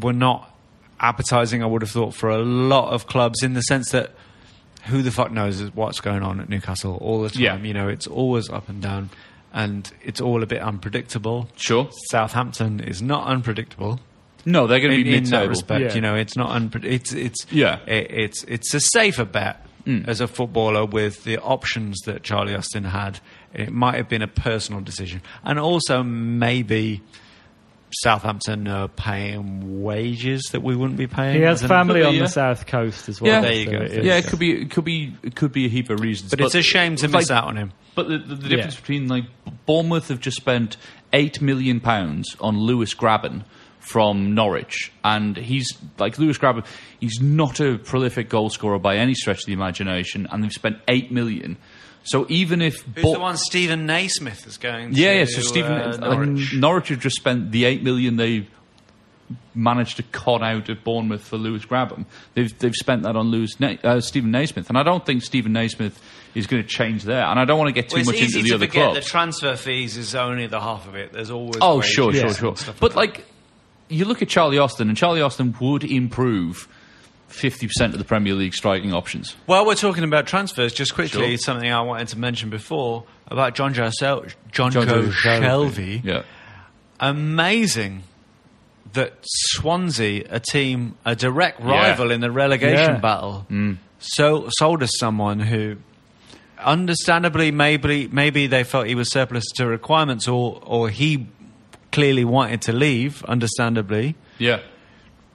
Speaker 2: we're not appetizing, I would have thought, for a lot of clubs in the sense that who the fuck knows what's going on at Newcastle all the time.
Speaker 3: Yeah.
Speaker 2: You know, it's always up and down and it's all a bit unpredictable.
Speaker 3: Sure.
Speaker 2: Southampton is not unpredictable.
Speaker 3: No, they're going to
Speaker 2: In,
Speaker 3: be
Speaker 2: in
Speaker 3: mid
Speaker 2: that
Speaker 3: table.
Speaker 2: respect,
Speaker 4: Yeah.
Speaker 2: you know, it's not unpre- it's it's
Speaker 3: Yeah.
Speaker 2: i- it's it's a safer bet as a footballer with the options that Charlie Austin had. It might have been a personal decision, and also maybe Southampton are paying wages that we wouldn't be paying.
Speaker 4: He has
Speaker 2: as an-
Speaker 3: Could
Speaker 4: family
Speaker 3: be,
Speaker 4: on
Speaker 3: yeah.
Speaker 4: the south coast as well.
Speaker 3: Yeah. There
Speaker 2: you
Speaker 4: so
Speaker 2: go.
Speaker 4: it is-
Speaker 3: Yeah, it could be, it could be, it could be a heap of reasons.
Speaker 2: but, it's a shame to
Speaker 3: like,
Speaker 2: miss out on him.
Speaker 3: But the, the, the difference between like Bournemouth have just spent eight million pounds on Lewis Graben from Norwich, and he's like Lewis Graben, he's not a prolific goal scorer by any stretch of the imagination, and they've spent eight million. So even if
Speaker 2: Who's
Speaker 3: Bo-
Speaker 2: the one? Stephen Naismith is going.
Speaker 3: yeah,
Speaker 2: to,
Speaker 3: yeah. So Stephen
Speaker 2: uh,
Speaker 3: like,
Speaker 2: Norwich.
Speaker 3: Norwich. have just spent the eight million they managed to con out of Bournemouth for Lewis Grabham. They've they've spent that on Lewis Na- uh, Stephen Naismith, and I don't think Stephen Naismith is going to change there. And I don't want to get too
Speaker 2: Well, it's
Speaker 3: much
Speaker 2: easy
Speaker 3: into the
Speaker 2: to
Speaker 3: other
Speaker 2: forget
Speaker 3: clubs.
Speaker 2: the transfer fees is only the half of it. There's always
Speaker 3: Oh,
Speaker 2: wages
Speaker 3: sure,
Speaker 2: and
Speaker 3: sure,
Speaker 2: stuff
Speaker 3: sure.
Speaker 2: like
Speaker 3: But
Speaker 2: that.
Speaker 3: like, you look at Charlie Austin, and Charlie Austin would improve fifty percent of the Premier League striking options.
Speaker 2: While we're talking about transfers, just quickly,
Speaker 3: Sure.
Speaker 2: something I wanted to mention before about John Joe, Sel- John
Speaker 3: John
Speaker 2: Joe
Speaker 3: Joe
Speaker 2: Shelby.
Speaker 3: Yeah,
Speaker 2: Amazing that Swansea, a team, a direct rival in the relegation
Speaker 4: Yeah.
Speaker 2: battle, so sold us someone who, understandably, maybe maybe they felt he was surplus to requirements, or or he clearly wanted to leave, understandably.
Speaker 3: yeah.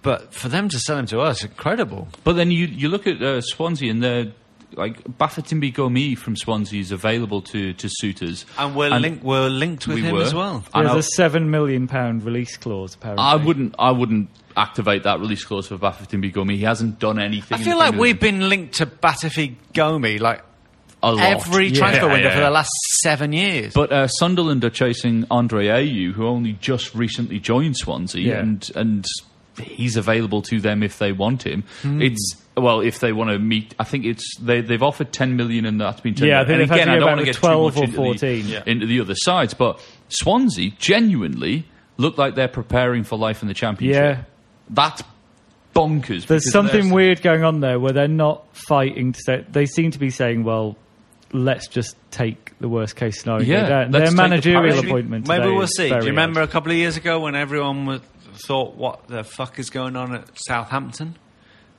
Speaker 2: But for them to sell him to us, incredible.
Speaker 3: But then you you look at uh, Swansea and they're like Bafatimbi Gomi from Swansea is available to to suitors,
Speaker 2: And we're linked. We're linked with
Speaker 3: we
Speaker 2: him
Speaker 3: were.
Speaker 2: as well.
Speaker 3: And
Speaker 4: There's
Speaker 3: I-
Speaker 4: a seven million pound release clause. Apparently,
Speaker 3: I wouldn't I wouldn't activate that release clause for Bafatimbi Gomi. He hasn't done anything.
Speaker 2: I
Speaker 3: in
Speaker 2: feel
Speaker 3: the
Speaker 2: like
Speaker 3: Premier
Speaker 2: we've been linked to Batafi Gomi like
Speaker 3: League a lot.
Speaker 2: every
Speaker 3: Yeah,
Speaker 2: transfer
Speaker 3: yeah,
Speaker 2: window for
Speaker 3: yeah.
Speaker 2: the last seven years.
Speaker 3: But uh, Sunderland are chasing Andre Ayew, who only just recently joined Swansea,
Speaker 4: Yeah.
Speaker 3: and and he's available to them if they want him.
Speaker 4: Hmm.
Speaker 3: It's well, if they want to meet, I think it's they they've offered ten million, and that's been turned
Speaker 4: Yeah, I
Speaker 3: down.
Speaker 4: think
Speaker 3: and
Speaker 4: they've had
Speaker 3: again,
Speaker 4: to
Speaker 3: I
Speaker 4: go
Speaker 3: don't want
Speaker 4: back
Speaker 3: to
Speaker 4: to
Speaker 3: get
Speaker 4: 12
Speaker 3: too
Speaker 4: or
Speaker 3: much into
Speaker 4: 14.
Speaker 3: the,
Speaker 4: Yeah.
Speaker 3: into the other sides, but Swansea genuinely look like they're preparing for life in the Championship.
Speaker 4: Yeah.
Speaker 3: that's bonkers.
Speaker 4: There's
Speaker 3: because
Speaker 4: something
Speaker 3: they're-
Speaker 4: weird going on there where they're not fighting to say, they seem to be saying, well, let's just take the worst case scenario.
Speaker 3: Yeah,
Speaker 4: Down.
Speaker 3: let's
Speaker 4: Their
Speaker 3: take the
Speaker 4: managerial
Speaker 3: parachute.
Speaker 4: appointment.
Speaker 2: Maybe
Speaker 4: today
Speaker 2: we'll
Speaker 4: is
Speaker 2: see. Do
Speaker 4: very
Speaker 2: you remember
Speaker 4: odd.
Speaker 2: a couple of years ago when everyone was, thought, "What the fuck is going on at Southampton?"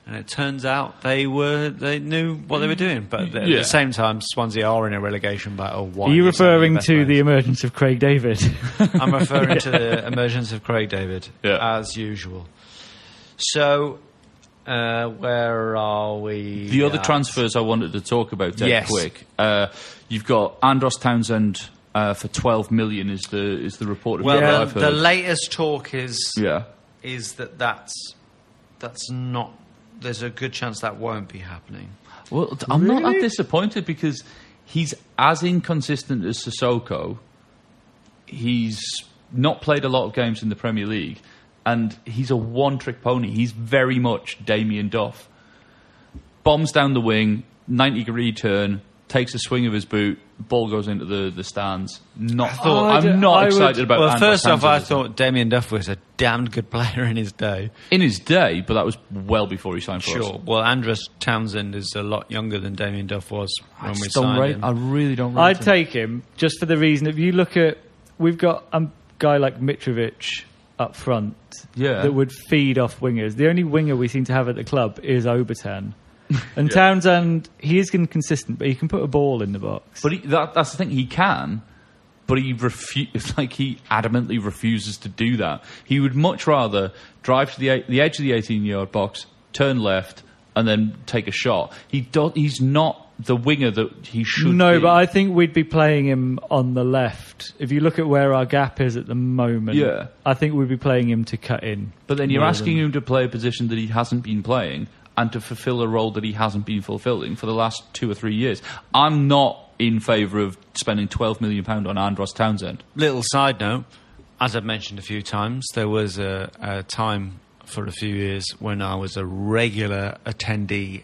Speaker 2: And it turns out they were they knew what they were doing, but at
Speaker 3: Yeah.
Speaker 2: the same time, Swansea are in a relegation battle. Why
Speaker 4: Are you
Speaker 2: is that the
Speaker 4: referring
Speaker 2: best
Speaker 4: to the
Speaker 2: players?
Speaker 4: emergence of Craig David?
Speaker 2: [laughs] I'm referring to
Speaker 4: [laughs]
Speaker 2: the emergence of Craig David,
Speaker 3: Yeah.
Speaker 2: as usual. So, uh, where are we? Uh,
Speaker 3: The other
Speaker 2: at?
Speaker 3: transfers I wanted to talk about dead
Speaker 2: Yes.
Speaker 3: quick. Uh, you've got Andros Townsend uh, for twelve million is the is the report of
Speaker 2: Well,
Speaker 3: that
Speaker 2: the,
Speaker 3: I've heard.
Speaker 2: the latest talk is
Speaker 3: yeah.
Speaker 2: is that that's that's not. There's a good chance that won't be happening.
Speaker 3: Well, t- I'm not that disappointed because he's as inconsistent as Sissoko. He's not played a lot of games in the Premier League, and he's a one-trick pony. He's very much Damien Duff. Bombs down the wing, 90-degree turn, takes a swing of his boot, ball goes into the, the stands. Not,
Speaker 4: thought- I'd-
Speaker 3: I'm not
Speaker 4: I would-
Speaker 3: excited about.
Speaker 2: well,
Speaker 3: Andros
Speaker 2: first off, I
Speaker 3: Townsend.
Speaker 2: thought Damien Duff was a damned good player in his day.
Speaker 3: in his day, but that was well before he signed for us.
Speaker 2: Sure. Well, Andrus Townsend is a lot younger than Damien Duff was when
Speaker 3: I
Speaker 2: we
Speaker 3: just don't
Speaker 2: signed
Speaker 3: rate-
Speaker 2: him.
Speaker 3: I really don't. rate
Speaker 4: I'd
Speaker 3: him.
Speaker 4: take him just for the reason if you look at, we've got a guy like Mitrovic up front
Speaker 3: Yeah.
Speaker 4: that would feed off wingers. The only winger we seem to have at the club
Speaker 3: [laughs]
Speaker 4: is Obertan. And Townsend, he is inconsistent, but he can put a ball in the box.
Speaker 3: But he, that, that's the thing. He can, but he [laughs] refuses. Like he adamantly refuses to do that. He would much rather drive to the eight- the edge of the eighteen-yard box, turn left, and then take a shot. He do, He's not the winger that he should.
Speaker 4: no,
Speaker 3: be.
Speaker 4: but I think we'd be playing him on the left. If you look at where our gap is at the moment,
Speaker 3: Yeah.
Speaker 4: I think we'd be playing him to cut in.
Speaker 3: But then you're
Speaker 4: more
Speaker 3: asking him to play a position that he hasn't been playing and to fulfill a role that he hasn't been fulfilling for the last two or three years. I'm not in favour of spending twelve million pound on Andros Townsend.
Speaker 2: Little side note, as I've mentioned a few times, there was a, a time for a few years when I was a regular attendee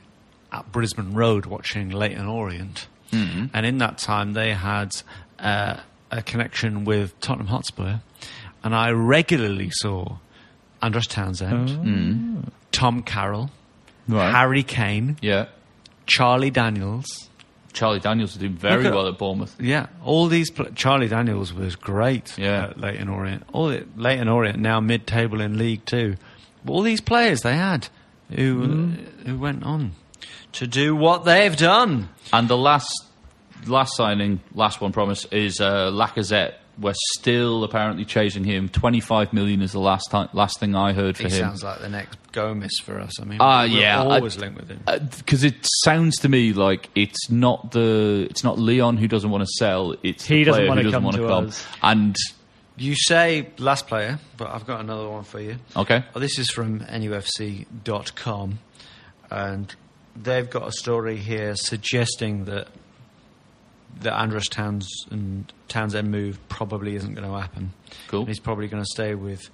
Speaker 2: at Brisbane Road watching Leighton Orient. And in that time, they had uh, a connection with Tottenham Hotspur. And I regularly saw Andros Townsend, Tom Carroll,
Speaker 3: Right.
Speaker 2: Harry Kane,
Speaker 3: Yeah.
Speaker 2: Charlie Daniels.
Speaker 3: Charlie Daniels is doing very
Speaker 2: Look at-
Speaker 3: well at Bournemouth.
Speaker 2: Yeah, all these. Pl- Charlie Daniels was great.
Speaker 3: Yeah.
Speaker 2: at Leighton Orient. All the, Leighton Orient now mid-table in League Two. All these players they had who uh, who went on Mm-hmm. to do what they've done.
Speaker 3: And the last last signing, last one promise is uh, Lacazette. We're still apparently chasing him. Twenty five million is the last time, last thing I heard for
Speaker 2: He
Speaker 3: him.
Speaker 2: sounds like the next Gomez for us. I mean,
Speaker 3: Ah,
Speaker 2: we're
Speaker 3: yeah, I-
Speaker 2: always linked with him.
Speaker 3: because Uh, it sounds to me like it's not the it's not Leon who doesn't want to sell. It's
Speaker 4: He
Speaker 3: the
Speaker 4: doesn't
Speaker 3: player
Speaker 4: wanna
Speaker 3: who doesn't
Speaker 4: come
Speaker 3: want to
Speaker 4: to
Speaker 3: come.
Speaker 4: us.
Speaker 3: And
Speaker 2: You say last player, but I've got another one for you.
Speaker 3: okay,
Speaker 2: Oh, this is from nufc.com, and they've got a story here suggesting that the Andros Towns and Townsend move probably isn't going to happen.
Speaker 3: cool.
Speaker 2: And he's probably going to stay with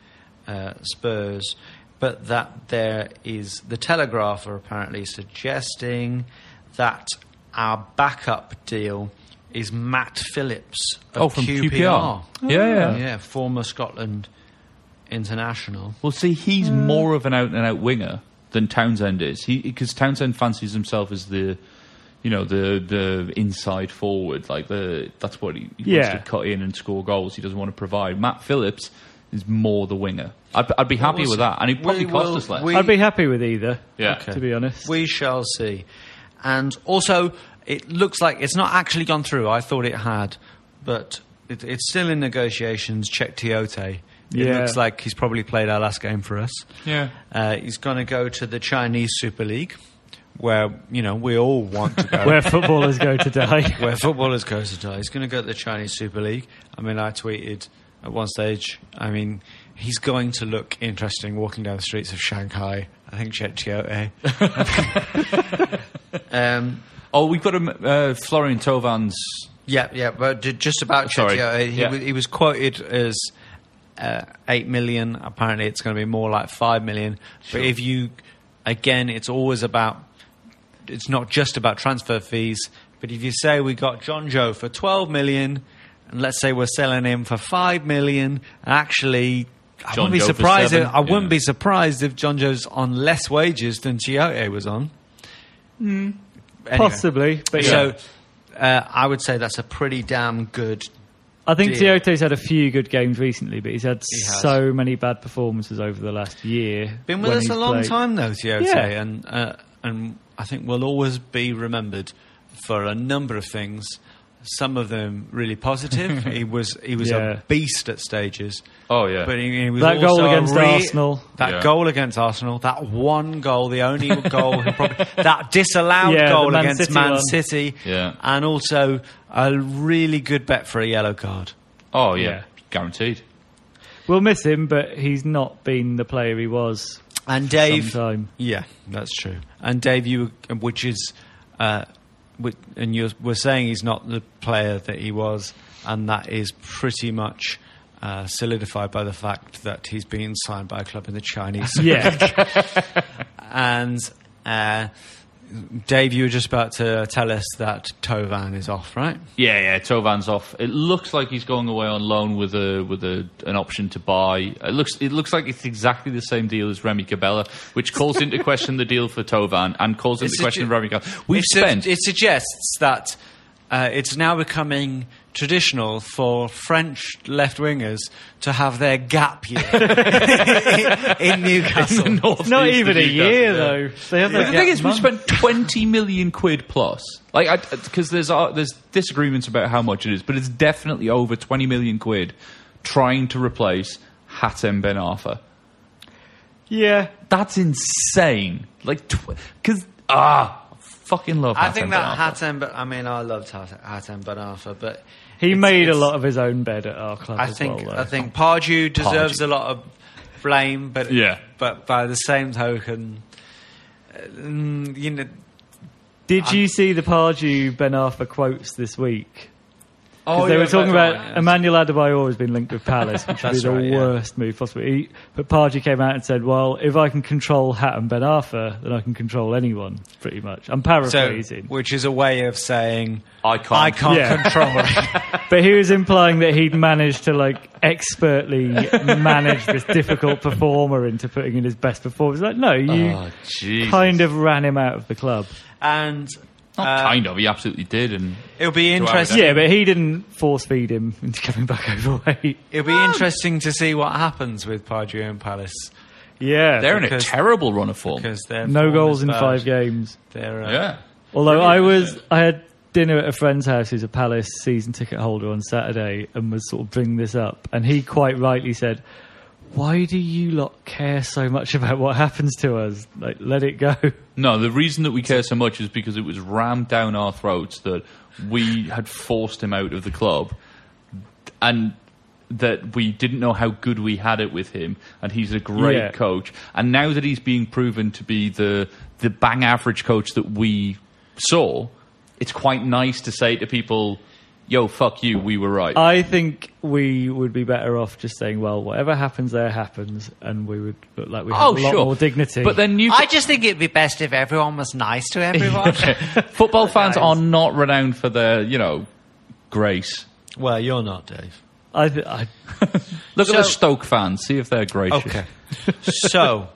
Speaker 2: uh, Spurs, but that there is the Telegraph are apparently suggesting that our backup deal is Matt Phillips of
Speaker 3: Oh, from QPR. Yeah, yeah.
Speaker 2: yeah, former Scotland international.
Speaker 3: Well, see, he's
Speaker 2: Mm.
Speaker 3: more of an out and out winger than Townsend is. He because Townsend fancies himself as the, you know, the the inside forward. Like the that's what he, he
Speaker 4: Yeah.
Speaker 3: wants to cut in and score goals. He doesn't want to provide. Matt Phillips is more the winger. I'd, I'd be happy with that, and he probably
Speaker 2: We
Speaker 3: cost
Speaker 2: will-
Speaker 3: us less.
Speaker 2: we-
Speaker 4: I'd be happy with either.
Speaker 3: Yeah.
Speaker 4: To be honest.
Speaker 2: We shall see. And also, it looks like it's not actually gone through. I thought it had, but it, it's still in negotiations. Check Tiote. It
Speaker 4: Yeah.
Speaker 2: looks like he's probably played our last game for us.
Speaker 3: Yeah.
Speaker 2: Uh, he's going to go to the Chinese Super League, where you know we all want to go.
Speaker 4: [laughs] where footballers go
Speaker 3: [laughs]
Speaker 4: to die.
Speaker 2: where footballers go to die. He's going to go to the Chinese Super League. I mean, I tweeted at one stage. I mean, he's going to look interesting walking down the streets of Shanghai. I think Chetiote. um,
Speaker 3: Oh, we've got a uh, Florian Tovan's.
Speaker 2: yeah, yeah. But ju- just about
Speaker 3: Sorry.
Speaker 2: Chetiote, he,
Speaker 3: Yeah.
Speaker 2: wa- he was quoted as. Uh, 8 million. Apparently, it's going to be more like 5 million. But if you, again, it's always about, it's not just about transfer fees. But if you say we got John Joe for 12 million, and let's say we're selling him for 5 million, actually, I
Speaker 3: John
Speaker 2: wouldn't be
Speaker 3: Joe for
Speaker 2: surprised. If,
Speaker 3: seven,
Speaker 2: I wouldn't
Speaker 3: yeah.
Speaker 2: be surprised if John Joe's on less wages than Giote was on. Anyway.
Speaker 4: Possibly, but yeah.
Speaker 2: So uh, I would say that's a pretty damn good.
Speaker 4: I think
Speaker 2: deal.
Speaker 4: Tiote's had a few good games recently, but he's had
Speaker 2: has.
Speaker 4: so many bad performances over the last year.
Speaker 2: Been with
Speaker 4: when
Speaker 2: us a
Speaker 4: he's
Speaker 2: long
Speaker 4: played.
Speaker 2: time though, Tiote,
Speaker 4: Yeah.
Speaker 2: and uh, and I think we'll always be remembered for a number of things. Some of them really
Speaker 4: [laughs]
Speaker 2: positive. he was he was
Speaker 4: Yeah.
Speaker 2: a beast at stages.
Speaker 3: Oh yeah.
Speaker 2: But he, he was
Speaker 4: That goal
Speaker 2: also a
Speaker 4: against Arsenal.
Speaker 2: That
Speaker 3: Yeah.
Speaker 2: goal against Arsenal. That one goal, the only
Speaker 4: [laughs]
Speaker 2: goal, he probably, that disallowed
Speaker 4: Yeah, the
Speaker 2: goal
Speaker 4: Man
Speaker 2: against
Speaker 4: City
Speaker 2: Man
Speaker 4: one.
Speaker 2: City.
Speaker 3: Yeah.
Speaker 2: And also a really good bet for a yellow card.
Speaker 3: oh yeah.
Speaker 4: Yeah.
Speaker 3: Guaranteed.
Speaker 4: We'll miss him, but he's not been the player
Speaker 2: [laughs]
Speaker 4: he was.
Speaker 2: And Dave,
Speaker 4: sometime.
Speaker 2: yeah, that's true. And Dave, you, which is, uh, which, and you were saying he's not the player that he was, and that is pretty much uh, solidified by the fact that he's been signed by a club in the Chinese.
Speaker 4: Yeah,
Speaker 2: and uh, Dave, you were just about to tell us that Tovan is off, right?
Speaker 3: Yeah, yeah. Tovan's off. It looks like he's going away on loan with a with a, an option to buy. It looks it looks like it's exactly the same deal as Remy Cabella, which calls
Speaker 4: [laughs]
Speaker 3: into question the deal for Tovan and calls into
Speaker 2: It's a
Speaker 3: question
Speaker 2: ju-
Speaker 3: Remy Cabella. We've
Speaker 2: it, su-
Speaker 3: spent [laughs]
Speaker 2: it suggests that uh, it's now becoming traditional for French left wingers to have their gap [laughs] year in, in Newcastle.
Speaker 3: north
Speaker 4: not
Speaker 3: east of
Speaker 4: even
Speaker 3: Newcastle,
Speaker 4: a year
Speaker 3: yeah.
Speaker 4: though. They have
Speaker 3: But
Speaker 4: that
Speaker 3: the thing is, we
Speaker 4: month.
Speaker 3: spent twenty million quid plus. Like, because there's uh, there's disagreements about how much it is, but it's definitely over twenty million quid trying to replace Hatem Ben Arfa.
Speaker 4: yeah.
Speaker 3: That's insane. Like, because ah, fucking love.
Speaker 2: I
Speaker 3: Hatem
Speaker 2: think
Speaker 3: Ben
Speaker 2: that
Speaker 3: Arfa.
Speaker 2: Hatem, but I mean, I loved Hat- Hatem Ben Arfa, but
Speaker 4: He
Speaker 2: it's-
Speaker 4: made a
Speaker 2: it's-
Speaker 4: lot of his own bed at our club.
Speaker 2: I
Speaker 4: as
Speaker 2: think
Speaker 4: well, though.
Speaker 2: I think Pardew deserves
Speaker 3: Pardew.
Speaker 2: a lot of blame, but
Speaker 3: Yeah.
Speaker 2: but by the same token, uh, mm, you know,
Speaker 4: Did you see the Pardew Ben Arfa quotes this week? 'Cause
Speaker 3: Oh,
Speaker 4: they
Speaker 3: yeah,
Speaker 4: were talking
Speaker 3: that's
Speaker 4: about
Speaker 3: right, yeah.
Speaker 4: Emmanuel Adebayor has been linked with Palace, which would be
Speaker 2: That's
Speaker 4: the
Speaker 2: right, yeah.
Speaker 4: worst move possible. He, but Pardew came out and said, "Well, if I can control Hatton Ben Arfa, then I can control anyone." Pretty much, I'm
Speaker 2: so
Speaker 4: paraphrasing,
Speaker 2: which is a way of saying
Speaker 3: I can't.
Speaker 2: I can't
Speaker 4: Yeah.
Speaker 2: control
Speaker 4: [laughs]
Speaker 2: it.
Speaker 4: but he was implying that he'd managed to like expertly manage this difficult performer into putting in his best performance. Like, no, you
Speaker 3: Oh, Jesus.
Speaker 4: kind of ran him out of the club.
Speaker 2: and
Speaker 3: Not
Speaker 2: uh,
Speaker 3: kind of. He absolutely did, and
Speaker 2: it'll be
Speaker 3: our
Speaker 2: interesting.
Speaker 4: Yeah, but he didn't force feed him into coming back [laughs] overweight.
Speaker 2: It'll be interesting to see what happens with Pardew and Palace
Speaker 4: Yeah,
Speaker 3: they're in a
Speaker 2: because-
Speaker 3: terrible run of form.
Speaker 2: because they're
Speaker 4: no goals in five games.
Speaker 2: They're, uh,
Speaker 3: Yeah.
Speaker 4: Although
Speaker 3: Brilliant,
Speaker 4: I was,
Speaker 3: isn't
Speaker 4: I had dinner at a friend's house who's a Palace season ticket holder on Saturday and was sort of bringing this up, and he quite rightly said, "Why do you lot care so much [laughs] about what happens to us? Like, let it go." [laughs]
Speaker 3: No, the reason that we care so much is because it was rammed down our throats that we had forced him out of the club and that we didn't know how good we had it with him and he's a great
Speaker 4: Yeah.
Speaker 3: coach and now that he's being proven to be the the bang average coach that we saw it's quite nice to say to people yo fuck you we were right
Speaker 4: I think we would be better off just saying, "Well, whatever happens there happens," and we would look like we have
Speaker 3: oh
Speaker 4: a lot
Speaker 3: sure
Speaker 4: more dignity.
Speaker 3: but then you [laughs]
Speaker 2: I just think it'd be best if everyone was nice to [laughs] everyone.
Speaker 3: football fans are not renowned for their you know grace
Speaker 2: well, you're not, Dave.
Speaker 4: I, th- I
Speaker 3: Look
Speaker 2: So-
Speaker 3: at the Stoke fans. See if they're gracious.
Speaker 2: Okay. so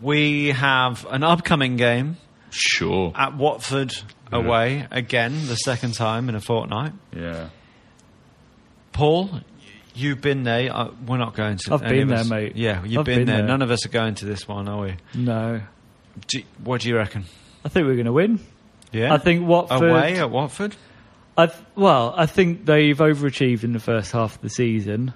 Speaker 2: we have an upcoming game
Speaker 3: Sure.
Speaker 2: at Watford away again, the second time in a fortnight.
Speaker 3: Yeah.
Speaker 2: Paul, y- you've been there. Uh, we're not going to.
Speaker 4: I've
Speaker 2: any
Speaker 4: been
Speaker 2: of
Speaker 4: there,
Speaker 2: us-
Speaker 4: mate.
Speaker 2: Yeah, you've
Speaker 4: I've
Speaker 2: been,
Speaker 4: been
Speaker 2: there.
Speaker 4: there.
Speaker 2: None of us are going to this one, are we?
Speaker 4: No,
Speaker 2: Do, what do you reckon?
Speaker 4: I think we're going to win.
Speaker 2: Yeah,
Speaker 4: I think Watford.
Speaker 2: away at Watford.
Speaker 4: I th- well, I think they've overachieved in the first half of the season.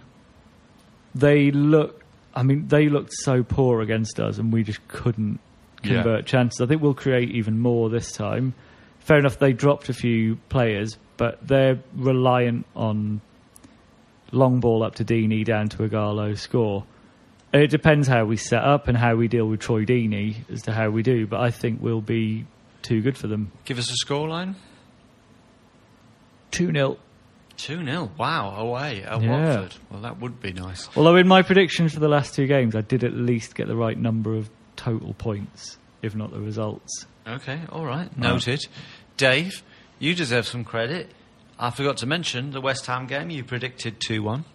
Speaker 4: They look, I mean, they looked so poor against us, and we just couldn't
Speaker 3: Yeah.
Speaker 4: convert chances. I think we'll create even more this time. Fair enough, they dropped a few players, but they're reliant on long ball up to Deeney, down to Agallo, score. It depends how we set up and how we deal with Troy Deeney as to how we do, but I think we'll be too good for them.
Speaker 2: Give us a scoreline.
Speaker 4: 2 0.
Speaker 2: Two 0 Wow, away at
Speaker 4: Yeah.
Speaker 2: Watford. Well, that would be nice.
Speaker 4: Although in my predictions for the last two games, I did at least get the right number of total points, if not the results.
Speaker 2: Okay, all right, noted. Dave, you deserve some credit. I forgot to mention the West Ham game. You predicted two one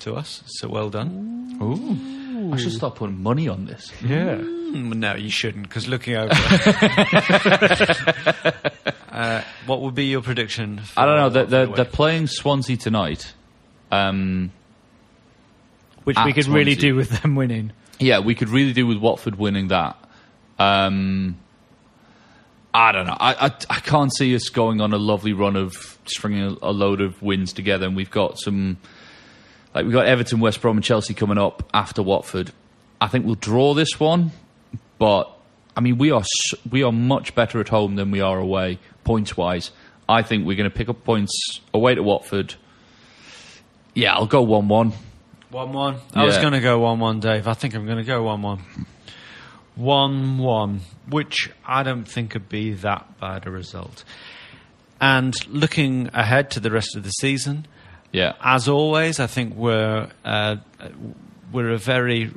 Speaker 2: to us, so well done.
Speaker 3: I should start putting money on this.
Speaker 4: Yeah.
Speaker 2: Mm, no, you shouldn't, because looking [laughs] over, uh, what would be your prediction? For
Speaker 3: I don't know. They're, they're,
Speaker 2: Watford
Speaker 3: they're
Speaker 2: away?
Speaker 3: playing Swansea tonight. Um,
Speaker 4: Which we
Speaker 3: At
Speaker 4: could really
Speaker 3: Swansea.
Speaker 4: do with them winning.
Speaker 3: yeah, we could really do with Watford winning that. Um, I don't know. I, I I can't see us going on a lovely run of stringing a, a load of wins together, and we've got some like we've got Everton, West Brom, and Chelsea coming up after Watford. I think we'll draw this one, but I mean we are s- we are much better at home than we are away points wise. I think we're going to pick up points away to Watford. Yeah, I'll go one-one.
Speaker 2: One one. I was
Speaker 3: Yeah.
Speaker 2: going to go one one, Dave. I think I'm going to go one one. One one, which I don't think would be that bad a result. And looking ahead to the rest of the season,
Speaker 3: Yeah,
Speaker 2: as always, I think we're uh, we're a very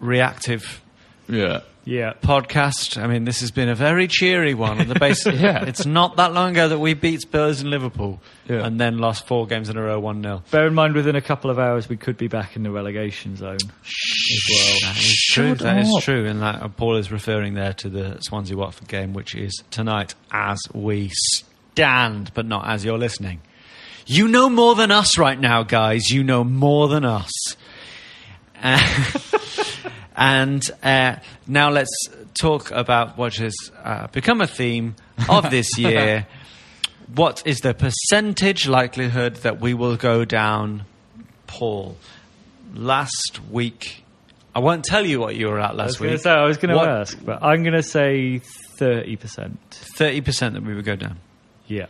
Speaker 2: reactive
Speaker 3: yeah.
Speaker 4: Yeah.
Speaker 2: podcast. I mean, this has been a very cheery one
Speaker 3: [laughs]
Speaker 2: on the basis.
Speaker 3: Yeah.
Speaker 2: It's not that long ago that we beat Spurs and Liverpool,
Speaker 3: Yeah.
Speaker 2: and then lost four games in a row, one 0
Speaker 4: Bear in mind, within a couple of hours, we could be back in the relegation zone.
Speaker 2: That is true. That is true. And that, uh, Paul is referring there to the Swansea Watford game, which is tonight as we stand, but not as you're listening. You know more than us right now, guys. You know more than us. [laughs] Uh, and uh, now let's talk about what has uh, become a theme of this year. what is the percentage likelihood that we will go down, Paul? Last week, I won't tell you what you were at
Speaker 4: I was
Speaker 2: last
Speaker 4: going to
Speaker 2: week.
Speaker 4: say, I was going to
Speaker 2: What-
Speaker 4: ask, but I'm going to say 30%.
Speaker 2: Thirty percent that we would go down.
Speaker 4: Yeah.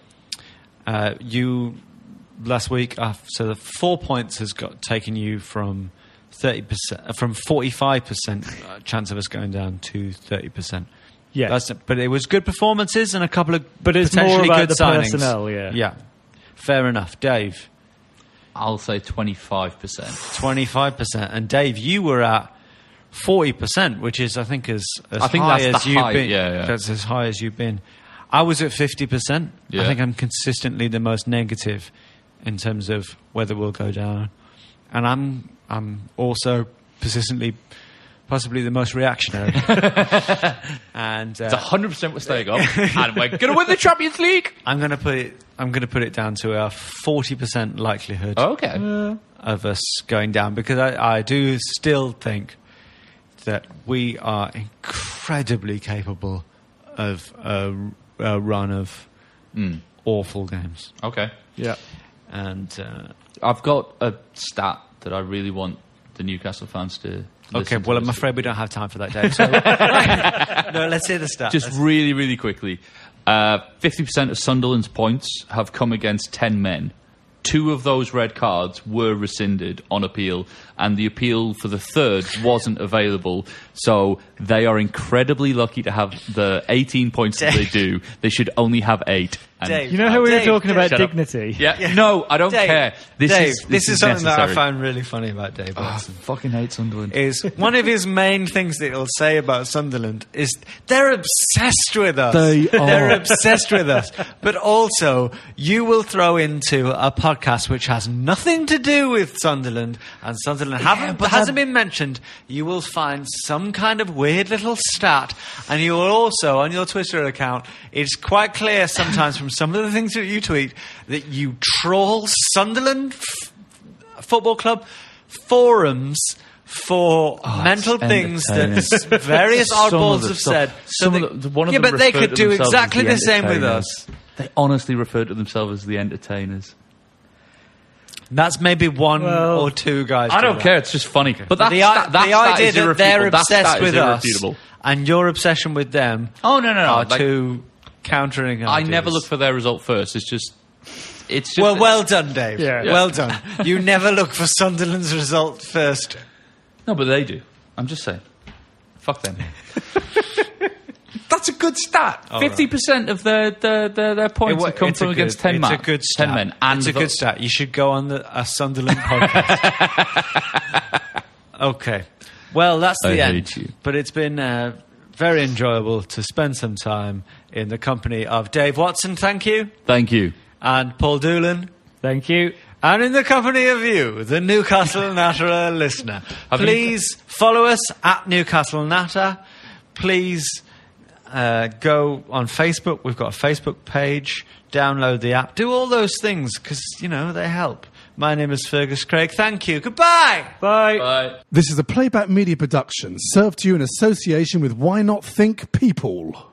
Speaker 2: Uh, you last week, uh, so the four points has got taken you from thirty percent, uh, from forty-five percent uh, chance of us going down to thirty percent.
Speaker 4: Yes.
Speaker 2: but it was good performances and a couple of
Speaker 4: But it's more
Speaker 2: potentially
Speaker 4: about
Speaker 2: good
Speaker 4: the
Speaker 2: signings.
Speaker 4: personnel, yeah.
Speaker 2: yeah, fair enough, Dave.
Speaker 3: I'll say twenty-five percent.
Speaker 2: Twenty-five percent, and Dave, you were at forty percent, which is I think as, as
Speaker 3: I think
Speaker 2: high
Speaker 3: that's
Speaker 2: as
Speaker 3: the
Speaker 2: you've
Speaker 3: high,
Speaker 2: been.
Speaker 3: yeah, yeah.
Speaker 2: That's as high as you've been. I was at fifty percent. I
Speaker 3: Yeah.
Speaker 2: think I'm consistently the most negative in terms of whether we'll go down, and I'm I'm also persistently. Possibly the most
Speaker 3: [laughs]
Speaker 2: reactionary, and uh,
Speaker 3: It's hundred percent we're staying up, and we're gonna win the Champions League.
Speaker 2: I'm going to put it. I'm going to put it down to a forty percent likelihood.
Speaker 3: Okay.
Speaker 2: of us going down because I, I do still think that we are incredibly capable of a, a run of
Speaker 3: Hmm.
Speaker 2: awful games.
Speaker 3: Okay.
Speaker 4: Yeah.
Speaker 2: And uh,
Speaker 3: I've got a stat that I really want the Newcastle fans to.
Speaker 2: okay,
Speaker 3: listen to
Speaker 2: well, I'm
Speaker 3: this.
Speaker 2: afraid we don't have time for that, Dave.
Speaker 3: [laughs]
Speaker 2: So [laughs] no, let's hear the stats.
Speaker 3: Just really, really quickly, Uh, fifty percent of Sunderland's points have come against ten men. Two of those red cards were rescinded on appeal, and the appeal for the third wasn't available. So they are incredibly lucky to have the eighteen points that they do. They should only have eight, And-
Speaker 5: Dave.
Speaker 4: You know how we were
Speaker 5: Dave,
Speaker 4: talking
Speaker 5: Dave,
Speaker 4: about
Speaker 3: shut up.
Speaker 4: dignity?
Speaker 3: Yeah. No, I don't
Speaker 5: Dave,
Speaker 3: care. This
Speaker 2: Dave,
Speaker 3: is
Speaker 2: this, is, something that I
Speaker 3: necessary.
Speaker 2: found really funny about Dave
Speaker 3: Ah, I
Speaker 2: Watson.
Speaker 3: fucking hate Sunderland.
Speaker 2: Is one of his main things that he'll say about Sunderland is they're obsessed with us.
Speaker 3: They are.
Speaker 2: They're obsessed with us. But also, you will throw into a podcast which has nothing to do with Sunderland and Sunderland haven't, hasn't been mentioned. You will find some kind of weird little stat, and you will also on your Twitter account. It's quite clear sometimes from some of the things that you tweet that you troll Sunderland f- football club forums. For mental
Speaker 3: Oh, it's
Speaker 2: things that
Speaker 3: entertaining.
Speaker 2: s- [laughs] various
Speaker 3: Some
Speaker 2: oddballs
Speaker 3: of the
Speaker 2: have
Speaker 3: stuff-
Speaker 2: said.
Speaker 3: Some
Speaker 2: so
Speaker 3: of
Speaker 2: that-
Speaker 3: the, one of
Speaker 2: yeah,
Speaker 3: them
Speaker 2: but they
Speaker 3: refer
Speaker 2: could
Speaker 3: to
Speaker 2: do
Speaker 3: themselves as
Speaker 2: exactly the, same with
Speaker 3: entertainers.
Speaker 2: us.
Speaker 3: They honestly refer to themselves as the entertainers.
Speaker 2: That's maybe one
Speaker 4: Well,
Speaker 2: or two guys.
Speaker 3: I
Speaker 2: do
Speaker 3: don't
Speaker 2: that.
Speaker 3: care. It's just funny. But that's,
Speaker 2: the,
Speaker 3: that, that,
Speaker 2: the idea
Speaker 3: is
Speaker 2: that, they're
Speaker 3: irrefutable. That-
Speaker 2: obsessed
Speaker 3: that is
Speaker 2: with us
Speaker 3: irrefutable.
Speaker 2: and your obsession with them
Speaker 3: Oh no, no, no!
Speaker 2: are
Speaker 3: Like,
Speaker 2: two countering.
Speaker 3: I
Speaker 2: ideas.
Speaker 3: never look for their result first. It's just, it's just.
Speaker 2: Well, well done, Dave.
Speaker 4: Yeah. Yeah.
Speaker 2: Well
Speaker 3: [laughs]
Speaker 2: done. You never look for Sunderland's result first.
Speaker 3: No, but they do. I'm just saying. Fuck them. [laughs] That's a good stat. Fifty percent of their their their, their points
Speaker 2: Oh, wa-
Speaker 3: have come
Speaker 2: it's a
Speaker 3: from
Speaker 2: good-
Speaker 3: against ten
Speaker 2: it's
Speaker 3: men.
Speaker 2: a good stat.
Speaker 3: Ten men. And
Speaker 2: it's a
Speaker 3: the-
Speaker 2: good stat. You should go on the, a
Speaker 3: [laughs]
Speaker 2: Sunderland podcast. okay. Well, that's the
Speaker 3: I
Speaker 2: end.
Speaker 3: hate you.
Speaker 2: But it's been uh, very enjoyable to spend some time in the company of Dave Watson. Thank you,
Speaker 3: Thank you.
Speaker 2: and Paul Doolan.
Speaker 4: Thank you.
Speaker 2: And in the company of you, the Newcastle Natter listener,
Speaker 3: Have you-
Speaker 2: please follow us at Newcastle Natter. Please uh, go on Facebook. We've got a Facebook page. Download the app. Do all those things because, you know, they help. My name is Fergus Craig. Thank you. Goodbye.
Speaker 4: Bye.
Speaker 3: Bye.
Speaker 6: This is a playback media production served to you in association with Why Not Think People.